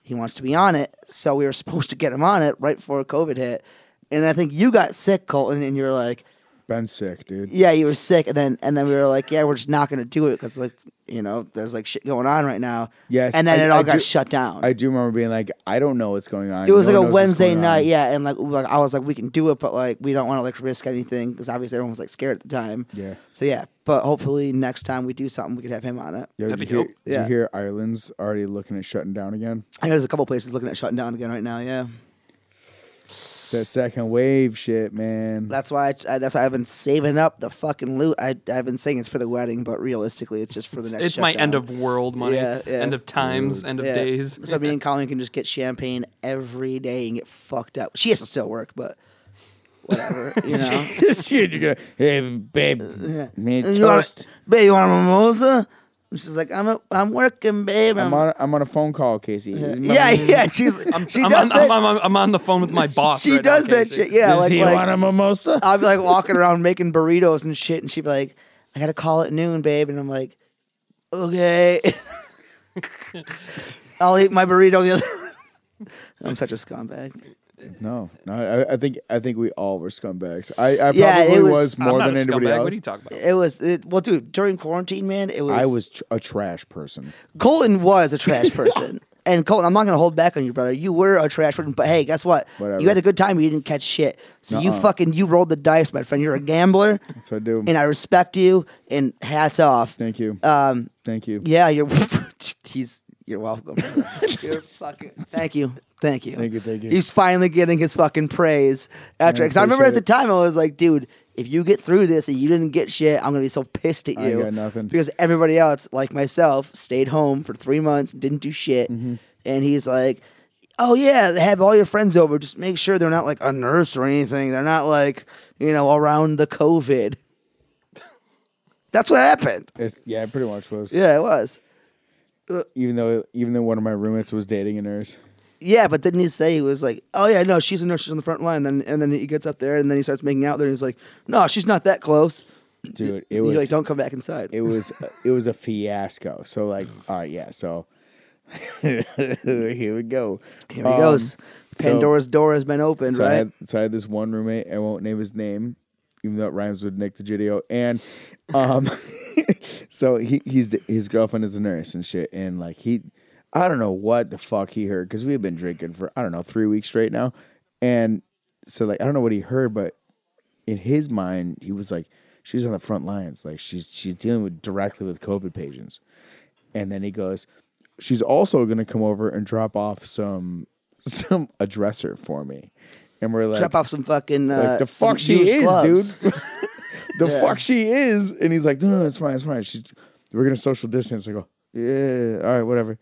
S3: he wants to be on it. So we were supposed to get him on it right before COVID hit. And I think you got sick, Colton, and you were like,
S2: Been sick, dude.
S3: "Yeah, you were sick." And then and then we were like, "Yeah, we're just not going to do it because like you know there's like shit going on right now."
S2: Yes,
S3: And then
S2: I-
S3: it all
S2: I
S3: got
S2: do-
S3: shut down.
S2: I do remember being like, I don't know what's going on.
S3: It was
S2: No
S3: like
S2: one
S3: a
S2: knows what's
S3: Wednesday
S2: going on.
S3: night, yeah, and like, like I was like, we can do it, but like we don't want to like risk anything because obviously everyone was like scared at the time.
S2: Yeah.
S3: So yeah, but hopefully next time we do something, we could have him on it.
S2: Yo,
S1: That'd
S2: did
S1: be
S2: you, hear,
S1: dope.
S2: did
S3: Yeah.
S2: you hear Ireland's already looking at shutting down again?
S3: I know there's a couple places looking at shutting down again right now. Yeah,
S2: It's that second wave shit, man.
S3: that's why I, I- that's why I've been saving up the fucking loot. I I've been saying it's for the wedding, but realistically, it's just for the next.
S1: It's my end
S3: shutdown.
S1: of world money,
S3: Yeah, yeah.
S1: end of times,
S2: Mm.
S1: end of
S3: Yeah.
S1: days.
S3: So me and Colleen can just get champagne every day and get fucked up. She has to still work, but whatever, you know. Uh,
S2: Shit, you're gonna, hey, babe, me
S3: And you want,
S2: toast.
S3: babe, you want a mimosa? And she's like, I'm a, I'm working, babe.
S2: I'm on, I'm on a phone call, Casey.
S3: um, yeah, yeah. She's she
S1: I'm
S3: does
S1: on, I'm,
S3: that.
S1: I'm, I'm on the phone with my boss.
S3: she
S1: right now,
S3: does that
S1: Casey.
S3: shit. Yeah,
S2: Does
S3: like,
S2: he
S3: like uh,
S2: want a mimosa?
S3: I'll be like walking around making burritos and shit, and she'd be like, I gotta call at noon, babe, and I'm like, okay. I'll eat my burrito the other. I'm such a scumbag.
S2: No, no. I, I think I think we all were scumbags. I, I probably
S3: Yeah, it was-
S2: was,
S1: I'm
S2: more
S1: not
S2: than
S1: a
S2: anybody
S1: scumbag.
S2: else.
S1: What are you talking about?
S3: It was it, well, dude. During quarantine, man, it was.
S2: I was tr- a trash person.
S3: Colton was a trash person. And Colton, I'm not going to hold back on you, brother. You were a trash person, but hey, guess what?
S2: Whatever.
S3: You had a good time. You didn't catch shit. So you
S2: Nuh-uh.
S3: fucking you rolled the dice, my friend. You're a gambler,
S2: So I do.
S3: and I respect you. And hats off.
S2: Thank you.
S3: Um,
S2: Thank you.
S3: yeah, you're. he's. You're welcome. you're fucking. Thank you. Thank you.
S2: Thank you, thank you.
S3: He's finally getting his fucking praise after.
S2: I
S3: Because I, remember at the
S2: appreciate
S3: time I was like, dude, if you get through this and you didn't get shit, I'm gonna be so pissed at
S2: I
S3: you.
S2: got nothing.
S3: Because everybody else, like myself, stayed home for three months, didn't do shit,
S2: Mm-hmm.
S3: and he's like, oh yeah, have all your friends over. Just make sure they're not like a nurse or anything. They're not like you know around the COVID. That's what happened.
S2: It's, yeah, it pretty much was.
S3: Yeah, it was.
S2: Even though even though one of my roommates was dating a nurse.
S3: Yeah, but didn't he say he was like, "Oh yeah, no, she's a nurse, she's on the front line." Then and then he gets up there, and then he starts making out there, and he's like, "No, she's not that close."
S2: Dude, it
S3: You're
S2: was
S3: like, "Don't come back inside."
S2: it was uh, it was a fiasco. So like, all right, yeah. So here we go. Um,
S3: Here he goes. Pandora's door has been opened,
S2: So, I
S3: right?
S2: had, so I had this one roommate. I won't name his name, even though it rhymes with Nick the Gidio. And um, so he, he's the, his girlfriend is a nurse and shit. And like he, I don't know what the fuck he heard because we had been drinking for I don't know three weeks straight now. And so like I don't know what he heard, but in his mind he was like, she's on the front lines, like she's she's dealing with directly with COVID patients. And then he goes, She's also gonna come over and drop off some some a dresser for me. And we're like,
S3: Drop off some fucking uh,
S2: like the
S3: some
S2: fuck she
S3: used
S2: is,
S3: gloves.
S2: dude. the fuck she is. And he's like, no, no, it's fine, it's fine. She's, we're gonna social distance. I go, yeah, all right, whatever.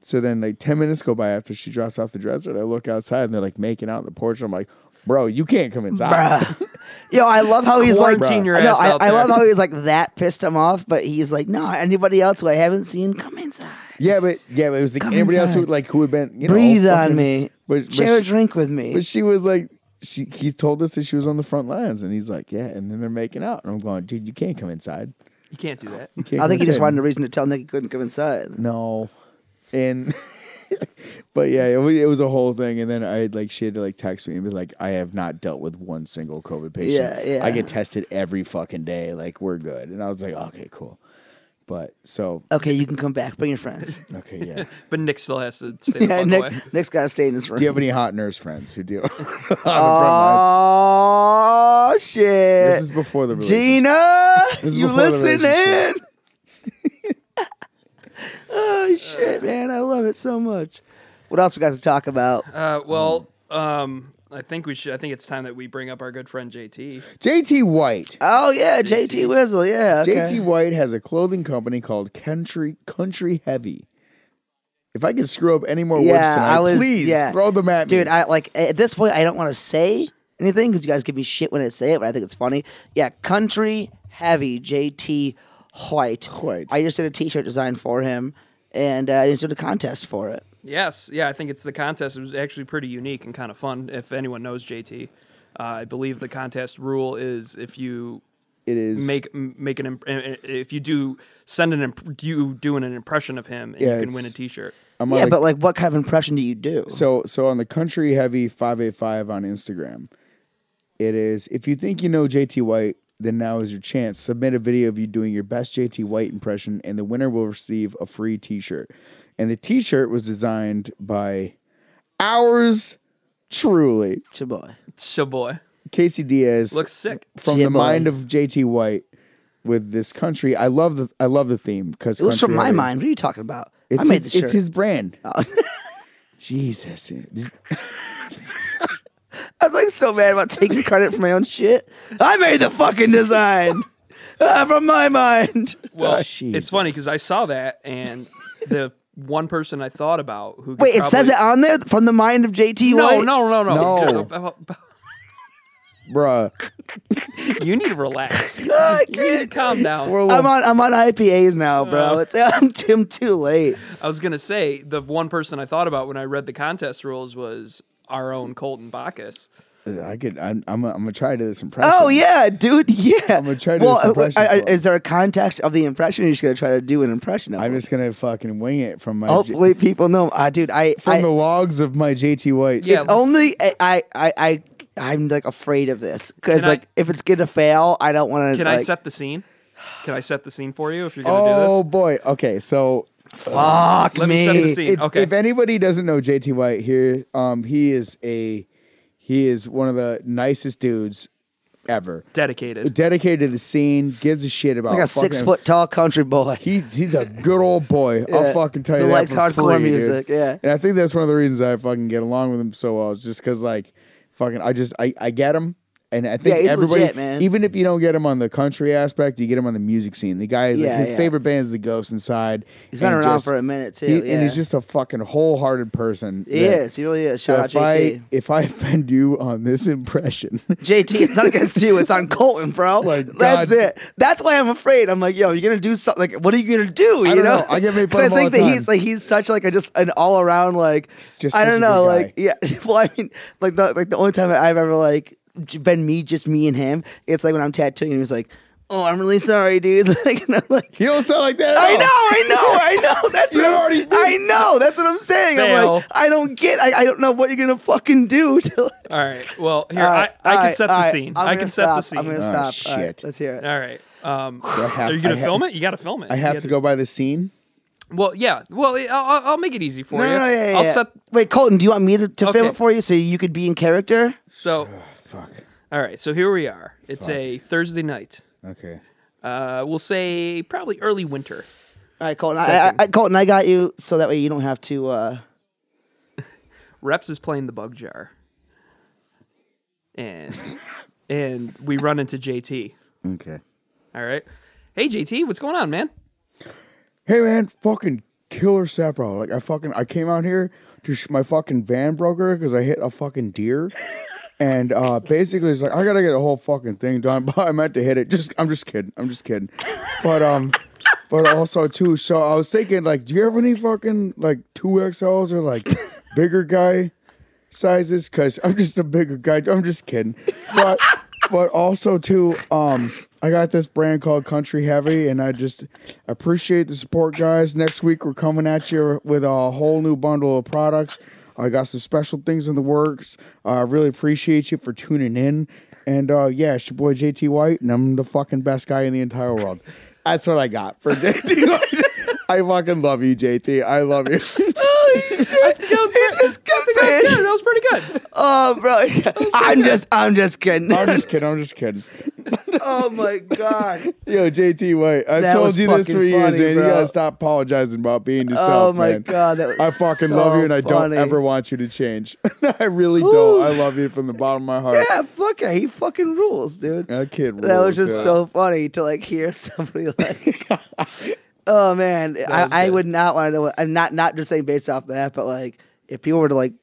S2: So then like 10 minutes go by after she drops off the dresser and I look outside and they're like making out in the porch. I'm like, bro, you can't come inside.
S3: Bruh. Yo, I love how he's like.
S1: Quarantine your
S3: I know,
S1: ass
S3: I,
S1: out
S3: I love
S1: there.
S3: how he's like that pissed him off, but he's like, "No, anybody else who I haven't seen, come inside,
S2: Yeah, but yeah, but it was like
S3: Come
S2: anybody else who
S3: inside.
S2: like who had been you know,
S3: breathe on
S2: fucking-
S3: me,
S2: But, but
S3: share a
S2: she-
S3: drink with me."
S2: But she was like, she he told us that she was on the front lines, and he's like, yeah. And then they're making out, and I'm going, dude, you can't come inside.
S1: You can't do that.
S2: You can't
S3: I
S2: come
S3: think he just
S2: inside."
S3: wanted a reason to tell Nick he couldn't come inside.
S2: No, and but yeah, it was, it was a whole thing. And then I had like she had to like text me and be like, I have not dealt with one single COVID patient.
S3: Yeah, yeah.
S2: I get tested every fucking day. Like we're good. And I was like, okay, cool. But so
S3: Okay, you can come back. Bring your friends.
S2: okay, yeah.
S1: But Nick still has to stay the
S3: yeah,
S1: fuck
S3: Nick,
S1: away.
S3: Nick's got to stay in his room.
S2: Do you have any hot nurse friends who do on the front lines?
S3: oh shit!
S2: This is before the relationship.
S3: Gina,
S2: is
S3: you
S2: before the
S3: listening? oh shit, man! I love it so much. What else we got to talk about?
S1: Uh, well,
S3: Mm.
S1: um, I think we should. I think it's time that we bring up our good friend JT.
S2: JT White.
S3: Oh yeah, JT Wizzle. Yeah, okay.
S2: JT White has a clothing company called Country Country Heavy. If I could screw up any more words
S3: Yeah,
S2: tonight,
S3: I was.
S2: please
S3: yeah.
S2: throw them at me.
S3: dude. I like at this point, I don't want to say anything because you guys give me shit when I say it, but I think it's funny. Yeah, country heavy JT White.
S2: White.
S3: I just did a T-shirt design for him, and uh, I just did a contest for it.
S1: Yes, yeah, I think it's the contest. It was actually pretty unique and kind of fun. If anyone knows JT, Uh, I believe the contest rule is if you
S2: It is
S1: make m- make an imp- eh, if you do send an imp- you doing an impression of him, and
S2: Yeah,
S1: you can win a
S2: it's-
S1: T-shirt.
S2: I'm
S3: Yeah,
S2: on the-
S3: but like, what kind of impression do you do?
S2: So so on the country heavy five eight five on Instagram, it is if you think you know JT White, then now is your chance. Submit a video of you doing your best JT White impression, and the winner will receive a free T shirt. And the T shirt was designed by ours truly,
S3: Chaboy.
S1: So boy,
S2: Casey Diaz.
S1: looks sick.
S2: from the
S3: Jimbo.
S2: mind of JT White with this country. I love the I love the theme because
S3: It was from my mind. What are you talking about?
S2: It's
S3: I made
S2: his,
S3: the shirt. Oh.
S2: It's his brand. Jesus.
S3: I'm like so mad about taking credit for my own shit. I made the fucking design Ah, from my mind.
S1: Well, it's
S2: Jesus.
S1: funny because I saw that, and the one person I thought about who could
S3: Wait, it says
S1: probably-
S3: it on there from the mind of JT.
S1: No,
S3: White?
S1: no, no, no, no.
S2: Bruh.
S1: you need to relax.
S3: Ah, I
S1: You need to
S3: can't.
S1: calm down.
S2: We're a little-
S3: I'm on I'm on IPAs now,
S1: Uh.
S3: bro. It's I'm, I'm too late.
S1: I was gonna say the one person I thought about when I read the contest rules was our own Colton Bacchus.
S2: I could. I'm. I'm. I'm gonna try to do this impression.
S3: Oh yeah, dude. Yeah. I'm
S2: gonna try to do this impression
S3: I,
S2: for him.
S3: is there a context of the impression? You're just gonna try to do an impression of.
S2: I'm
S3: him?
S2: just gonna fucking wing it from my. J-
S3: Hopefully, people know. Ah, dude, I
S2: from
S3: Oh, I,
S2: the logs of my JT White.
S1: Yeah.
S3: It's only I I I. I I'm like afraid of this because
S1: Can I-
S3: like if it's gonna fail, I don't want to.
S1: Can
S3: like,
S1: I set the scene? Can I set the scene for you if you're gonna
S2: Oh
S1: do
S2: boy. Okay. So
S3: Fuck
S1: this? Let me set the scene.
S2: if,
S1: okay.
S2: if anybody doesn't know JT White here, um, he is a, he is one of the nicest dudes, ever.
S1: Dedicated.
S2: Dedicated to the scene, gives a shit about
S3: Like a
S2: fucking-
S3: six foot tall country boy.
S2: He's he's a good old boy. I'll
S3: Yeah.
S2: fucking tell you
S3: He
S2: that
S3: likes
S2: for
S3: hardcore
S2: free, dude.
S3: music, yeah.
S2: and I think that's one of the reasons I fucking get along with him so well. Is just because like fucking I just I I get him. And I think
S3: Yeah, he's
S2: everybody,
S3: legit, man.
S2: even if you don't get him on the country aspect, you get him on the music scene. The guy is like
S3: Yeah,
S2: his
S3: yeah.
S2: favorite band is The Ghost Inside.
S3: He's been
S2: and
S3: around
S2: just-
S3: for a minute too.
S2: he-
S3: yeah.
S2: and he's just a fucking wholehearted person.
S3: He
S2: that-
S3: is. He really is.
S2: So
S3: Shout
S2: if
S3: out
S2: I
S3: JT.
S2: if I offend you on this impression,
S3: JT, it's not against you. It's on Colton, bro.
S2: Like,
S3: That's
S2: God.
S3: it. That's why I'm afraid. I'm like, yo, you're gonna do something. Like, what are you gonna do? You
S2: don't know. I get made fun
S3: 'Cause
S2: of
S3: I
S2: all
S3: think
S2: the
S3: that
S2: time.
S3: he's like he's such like a just an all around like
S2: just such
S3: I don't
S2: a good
S3: know
S2: guy.
S3: like yeah. Well, I mean, like the like the only time I've ever like j- been me, just me and him. It's like when I'm tattooing. and He's like, oh, I'm really sorry, dude. Like, and I'm like.
S2: you don't sound like that. At
S3: I
S2: all.
S3: know, I know, I know. That's what I'm,
S2: already
S3: I know. That's what I'm saying. I'm
S1: Fail.
S3: like, I don't get. I, I don't know what you're gonna fucking do. To,
S1: all right. Well, here
S3: All
S1: I,
S3: right,
S1: I
S3: all
S1: can
S3: right,
S1: set
S3: all
S1: the
S3: right.
S1: scene.
S3: I'm
S1: I
S3: gonna
S1: can set the
S3: stop. I'm
S1: scene.
S3: gonna
S2: Ah,
S3: stop. All right,
S2: shit.
S3: let's hear it.
S1: All right. Um,
S2: I have-
S1: are you gonna
S2: I ha-
S1: film it? You gotta film it.
S2: I
S1: You
S2: have
S1: gotta-
S2: to go by the scene.
S1: Well, yeah. Well, I- I'll, I'll make it easy for
S3: No,
S1: you.
S3: no, no, yeah, yeah,
S1: I'll
S3: yeah.
S1: set.
S3: Wait, Colton, do you want me to, to film
S1: Okay.
S3: it for you so you could be in character?
S1: So,
S2: Fuck.
S1: all right. So here we are. It's a Thursday night.
S2: Okay.
S1: Uh, we'll say probably early winter.
S3: All right, Colton. I, I,
S1: Second.
S3: I, Colton, I got you, so that way you don't have to. Uh,
S1: Reps is playing the bug jar, and and we run into JT.
S2: Okay.
S1: All right. Hey JT, what's going on, man?
S2: hey man, fucking killer set, bro. Like I fucking I came out here to sh- my fucking van broker because I hit a fucking deer. And uh, basically, it's like I gotta get a whole fucking thing done, but I meant to hit it. Just, I'm just kidding. I'm just kidding. But um, but also too. So I was thinking, like, do you have any fucking like two XLs or like bigger guy sizes? Cause I'm just a bigger guy. I'm just kidding. But but also too, um, I got this brand called Country Heavy, and I just appreciate the support, guys. Next week we're coming at you with a whole new bundle of products. I got some special things in the works. I really appreciate you for tuning in. And uh, yeah, it's your boy JT White, and I'm the fucking best guy in the entire world. That's what I got for JT White. I fucking love you, JT. I love you.
S1: That was, pre- that was
S3: in.
S1: good. That was pretty good.
S3: oh, bro, I'm just, I'm just kidding.
S1: Oh,
S2: I'm just kidding. I'm just kidding.
S3: oh my god.
S2: Yo, JT White, I've
S3: That
S2: told
S3: was
S2: you this
S3: fucking
S2: for years,
S3: funny,
S2: man. You
S3: bro.
S2: gotta stop apologizing about being
S3: Oh
S2: yourself,
S3: my
S2: man.
S3: god, that was.
S2: I fucking
S3: so
S2: love you, and I don't
S3: funny.
S2: ever want you to change. I really
S3: Ooh.
S2: don't. I love you from the bottom of my heart.
S3: Yeah, fuck yeah, he fucking rules, dude.
S2: That kid.
S3: That was
S2: rules,
S3: just
S2: dude.
S3: so funny to like hear somebody like, oh man,
S1: was
S3: I, I
S1: good.
S3: would not want to know. What, I'm not not just saying based off that, but like if people were to like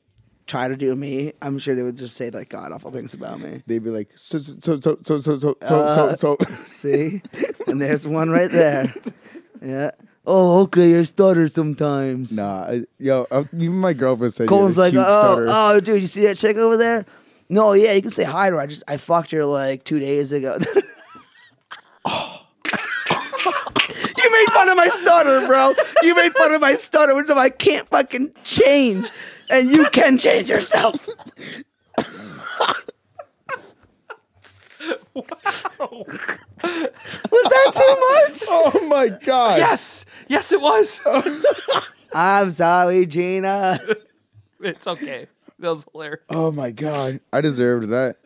S3: try to do me, I'm sure they would just say like god awful things about me.
S2: They'd be like, so, so, so, so, so, so,
S3: Uh,
S2: so, so, so.
S3: See, and there's one right there. Yeah. Oh, okay, I stutter sometimes.
S2: Nah, I, yo, I, even my girlfriend said,
S3: Colin's
S2: you
S3: like,
S2: had a
S3: oh,
S2: cute stutter.
S3: oh, dude, you see that chick over there? No, yeah, you can say hi to her. I just I fucked her like two days ago. you made fun of my stutter, bro. You made fun of my stutter, which I can't fucking change, and you can change yourself. Was that too much?
S2: Oh my god.
S1: Yes, yes, it was.
S3: Oh. I'm sorry, Gina.
S1: it's okay. That was hilarious.
S2: Oh my god. I deserved that.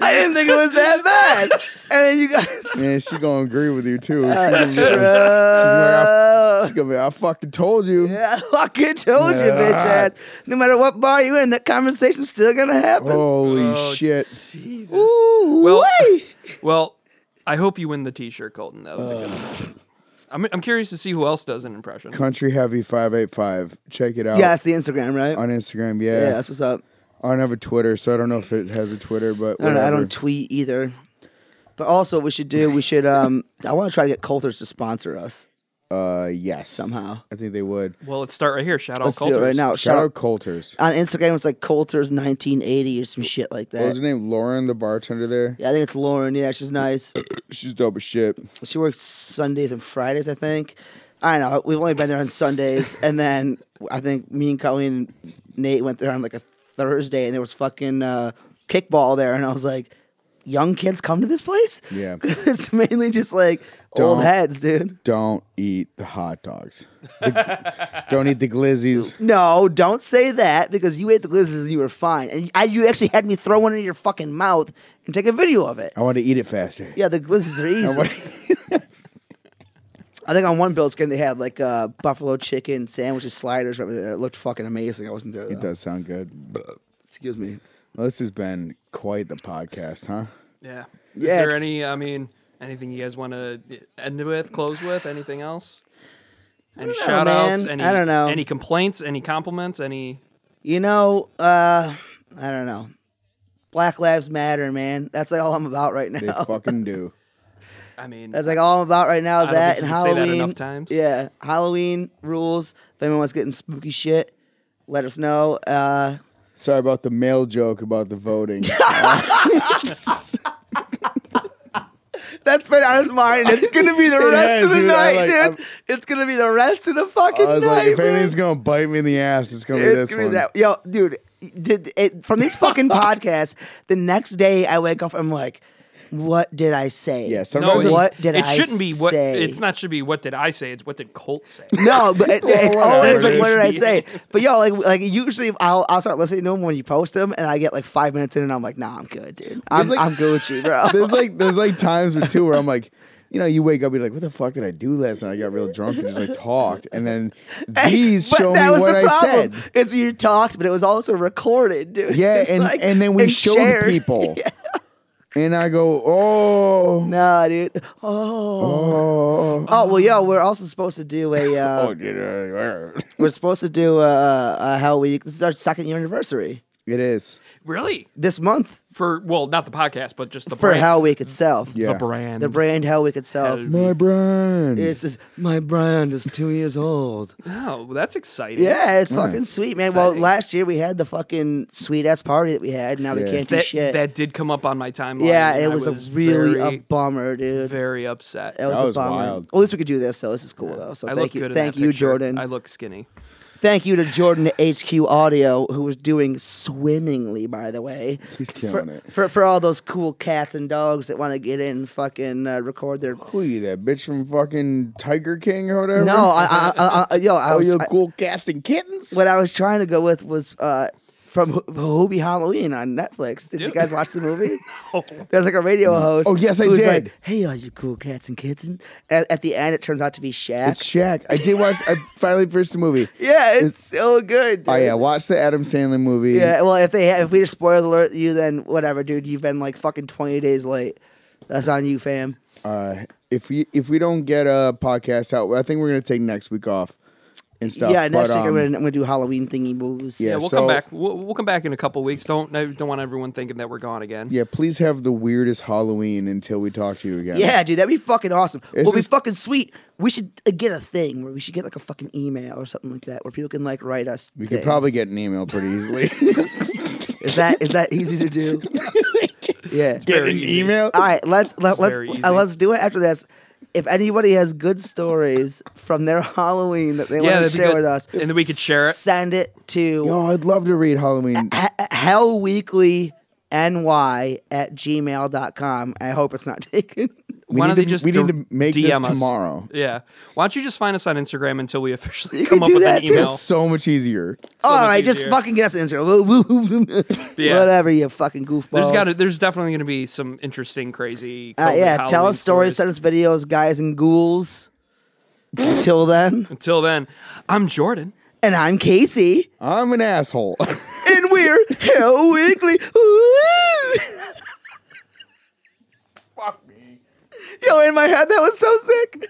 S3: I didn't think it was that bad. And then you guys,
S2: Man, she gonna agree with you too. She's
S3: Uh,
S2: gonna be, she's
S3: bro.
S2: she's gonna be, I fucking told you.
S3: Yeah, I fucking told you, bitch ass. No matter what bar you in, that conversation's still gonna happen.
S2: Holy
S3: Oh,
S2: shit.
S1: Jesus.
S3: Ooh,
S1: Well-
S3: wee.
S1: Well, I hope you win the T-shirt, Colton. That was a
S3: Uh.
S1: good. One. I'm I'm curious to see who else does an impression.
S2: Country Heavy 585. Check it out
S3: yeah, it's the Instagram, right?
S2: on Instagram.
S3: yeah.
S2: Oh, Yeah.
S3: that's what's up.
S2: I don't have a Twitter, so I don't know if it has a Twitter, but
S3: I don't, know, I
S2: whatever.
S3: don't tweet either. But also, we should do. We should. Um, I want to try to get Coulter's to sponsor us
S2: Uh, yes.
S3: somehow. Oh,
S2: I think they would.
S1: Well, let's start right here. Shout out
S3: Let's
S1: Coulters.
S3: do it right now.
S2: Shout
S3: Shout
S2: out
S3: out
S2: Coulters.
S3: on Instagram. It's like Coulter's 1980 or some shit like
S2: What was
S3: that.
S2: her name? Lauren, the bartender there.
S3: Yeah, I think it's Lauren. Yeah, she's nice.
S2: She's dope as shit.
S3: She works Sundays and Fridays, I think. I don't know. We've only been there on Sundays, and then I think me and Colleen, and Nate went there on like a Thursday, and there was fucking uh, kickball there, and I was like, "Young kids come to this place?
S2: Yeah.
S3: it's mainly just like
S2: Don't.
S3: old heads, dude.
S2: Don't eat the hot dogs. The- don't eat the glizzies.
S3: No, don't say that because you ate the glizzes and you were fine, and I, you actually had me throw one in your fucking mouth and take a video of it.
S2: I want to eat it faster.
S3: Yeah, the glizzes are
S2: I
S3: easy.
S2: wanna-
S3: I think on one Bills game they had like uh, buffalo chicken sandwiches, sliders. Over there. It looked fucking amazing. I wasn't there. Though.
S2: it does sound good.
S3: Excuse me.
S2: Well, this has been quite the podcast, huh?
S1: Yeah. Is
S3: Yeah,
S1: there
S3: it's-
S1: any? I mean, anything you guys want to end with, close with, anything else? Any
S3: know,
S1: shout outs?
S3: man.
S1: Any,
S3: I don't know.
S1: Any complaints? Any compliments? Any?
S3: You know, uh, I don't know. Black Lives Matter, man. That's like all I'm about right
S2: They
S3: now.
S2: fucking do.
S1: I mean,
S3: That's like all I'm about right now.
S1: don't
S3: that
S1: think you
S3: and
S1: can say that
S3: Halloween.
S1: enough times.
S3: Yeah, Halloween rules. If anyone wants getting spooky shit, let us know. Uh,
S2: Sorry about the male joke about the voting.
S3: that's been on his mind. It's gonna be the
S2: It
S3: rest
S2: has,
S3: of the
S2: dude. I
S3: night,
S2: like- I'm-
S3: dude. It's gonna be the rest of the fucking
S2: I was
S3: night.
S2: like, if
S3: man.
S2: anything's gonna bite me in the ass, it's gonna be
S3: It's
S2: this
S3: gonna be
S2: one.
S3: that. Yo, dude, did, it, from these fucking podcasts, the next day I wake up, I'm like, what did I say?
S2: Yeah,
S1: no,
S2: sometimes
S1: it's-
S2: I'm-
S3: what did
S1: it
S3: I
S1: shouldn't be what
S3: say?
S1: it's not should be what did I say? It's what did Colt say?
S3: No, but it, it's
S2: whatever,
S3: always like,
S2: dude.
S3: what did I say? But yo, like, like usually I'll, I'll start listening to them when you post them, and I get like five minutes in, and I'm like, nah, I'm good, dude. I'm,
S2: like-
S3: I'm Gucci, bro.
S2: there's like there's like times or two where I'm like, you know, you wake up, you're like, what the fuck did I do last night? I got real drunk and just like talked, and then these
S3: but
S2: show me
S3: that was
S2: what
S3: the
S2: I
S3: problem.
S2: said.
S3: It's you talked, but it was also recorded, dude.
S2: Yeah,
S3: It's
S2: and
S3: like-
S2: and then we showed
S3: shared.
S2: people, and I go, oh,
S3: Nah, dude. Oh.
S2: oh,
S3: Oh well, yo, we're also supposed to do a. Uh,
S2: oh, get out of here.
S3: We're supposed to do a, a Hell Week. This is our second year anniversary
S2: it is.
S1: really?
S3: this month
S1: For well, not the podcast, but just the
S3: for
S1: brand.
S3: Hell Week itself.
S2: Yeah. Mm.
S1: the brand.
S3: The brand Hell Week itself.
S1: Hell-
S2: My brand.
S3: This is my brand is two years old.
S1: Oh, that's exciting.
S3: Yeah, it's fucking sweet, man. Well,
S1: Exciting.
S3: last year we had the fucking sweet ass party that we had. Now
S2: Yeah.
S3: we can't do
S1: That,
S3: shit.
S1: that did come up on my timeline.
S3: yeah,
S1: and
S3: it
S1: I
S3: was, a really
S1: very,
S3: a bummer, dude.
S1: very upset.
S3: It was,
S2: That
S3: a
S2: was
S3: bummer.
S2: wild.
S3: Well, at least we could do this, though. This is cool, though. So
S1: I look
S3: thank you,
S1: good in
S3: thank
S1: that
S3: you,
S1: picture.
S3: Jordan.
S1: I look skinny.
S3: Thank you to Jordan at HQ Audio, who was doing swimmingly, by the way.
S2: He's
S3: For,
S2: killing it.
S3: for for all those cool cats and dogs that want to get in and fucking uh, record their.
S2: Who are you, that bitch from fucking Tiger King or whatever?
S3: No, I, I, I, I yo, I
S2: Oh,
S3: was,
S2: you
S3: I-
S2: cool cats and kittens?
S3: what I was trying to go with was uh, from Ho- Hobie Halloween on Netflix. Did you
S1: Dude.
S3: guys watch the movie?
S1: Oh.
S3: There's like a radio host.
S2: Oh, yes, I
S3: who's
S2: did.
S3: Like, hey, all you cool cats and kids, and at, at the end it turns out to be Shaq.
S2: It's Shaq. I did watch. I finally finished the movie.
S3: yeah, it's, so good.
S2: Oh
S3: dude.
S2: yeah, watch the Adam Sandler movie.
S3: Yeah, well, if they if we just spoil alert you, then whatever, dude. You've been like fucking twenty days late. That's on you, fam.
S2: Uh, if we if we don't get a podcast out, I think we're gonna take next week off and stuff.
S3: yeah, next
S2: but,
S3: week I'm
S2: um,
S3: gonna, I'm gonna do Halloween thingy moves.
S2: Yeah,
S1: Yeah, we'll
S2: so-
S1: come back. We'll, we'll come back in a couple weeks. Don't I don't want everyone thinking that we're gone again.
S2: Yeah, please have the weirdest Halloween until we talk to you again.
S3: yeah, dude, that'd be fucking awesome.
S2: This
S3: we'll be
S2: is-
S3: fucking sweet. We should uh, get a thing where we should get like a fucking email or something like that where people can like write us.
S2: we could probably get an email pretty easily.
S3: Is that is that easy to do? Yeah.
S2: Get
S1: very
S2: an
S1: easy.
S2: email.
S3: All right, let's let, let's
S1: very easy.
S3: uh, let's do it after this. If anybody has good stories from their Halloween that they
S1: Yeah,
S3: want
S1: that'd
S3: to
S1: be
S3: share
S1: good.
S3: with us,
S1: And then we could share it.
S3: Send it to
S2: Oh, I'd love to read Halloween.
S3: h- Hell Weekly ny at gmail.com. I hope it's not taken.
S2: We
S1: Why
S2: need
S1: don't they
S2: to-
S1: just
S2: we need
S1: dir-
S2: to make this
S1: DM us.
S2: tomorrow.
S1: Yeah. Why don't you just find us on Instagram until we officially
S3: You
S1: come
S3: could
S1: up
S3: do
S1: with
S3: that
S1: an
S3: too.
S1: email?
S2: It's so much easier.
S1: So
S3: All
S1: much
S3: right, just
S1: easier.
S3: fucking get us an Instagram.
S1: Yeah.
S3: Whatever, you fucking goofballs.
S1: There's got to, there's definitely going to be some interesting, crazy.
S3: Uh,
S1: COVID
S3: yeah, tell
S1: Halloween
S3: us stories, send us videos, guys and ghouls. Until then,
S1: Until then, I'm Jordan.
S3: and I'm Casey,
S2: I'm an asshole.
S3: and we're Hell Weekly. Woo!
S2: Fuck me.
S3: Yo, in my head, that was so sick.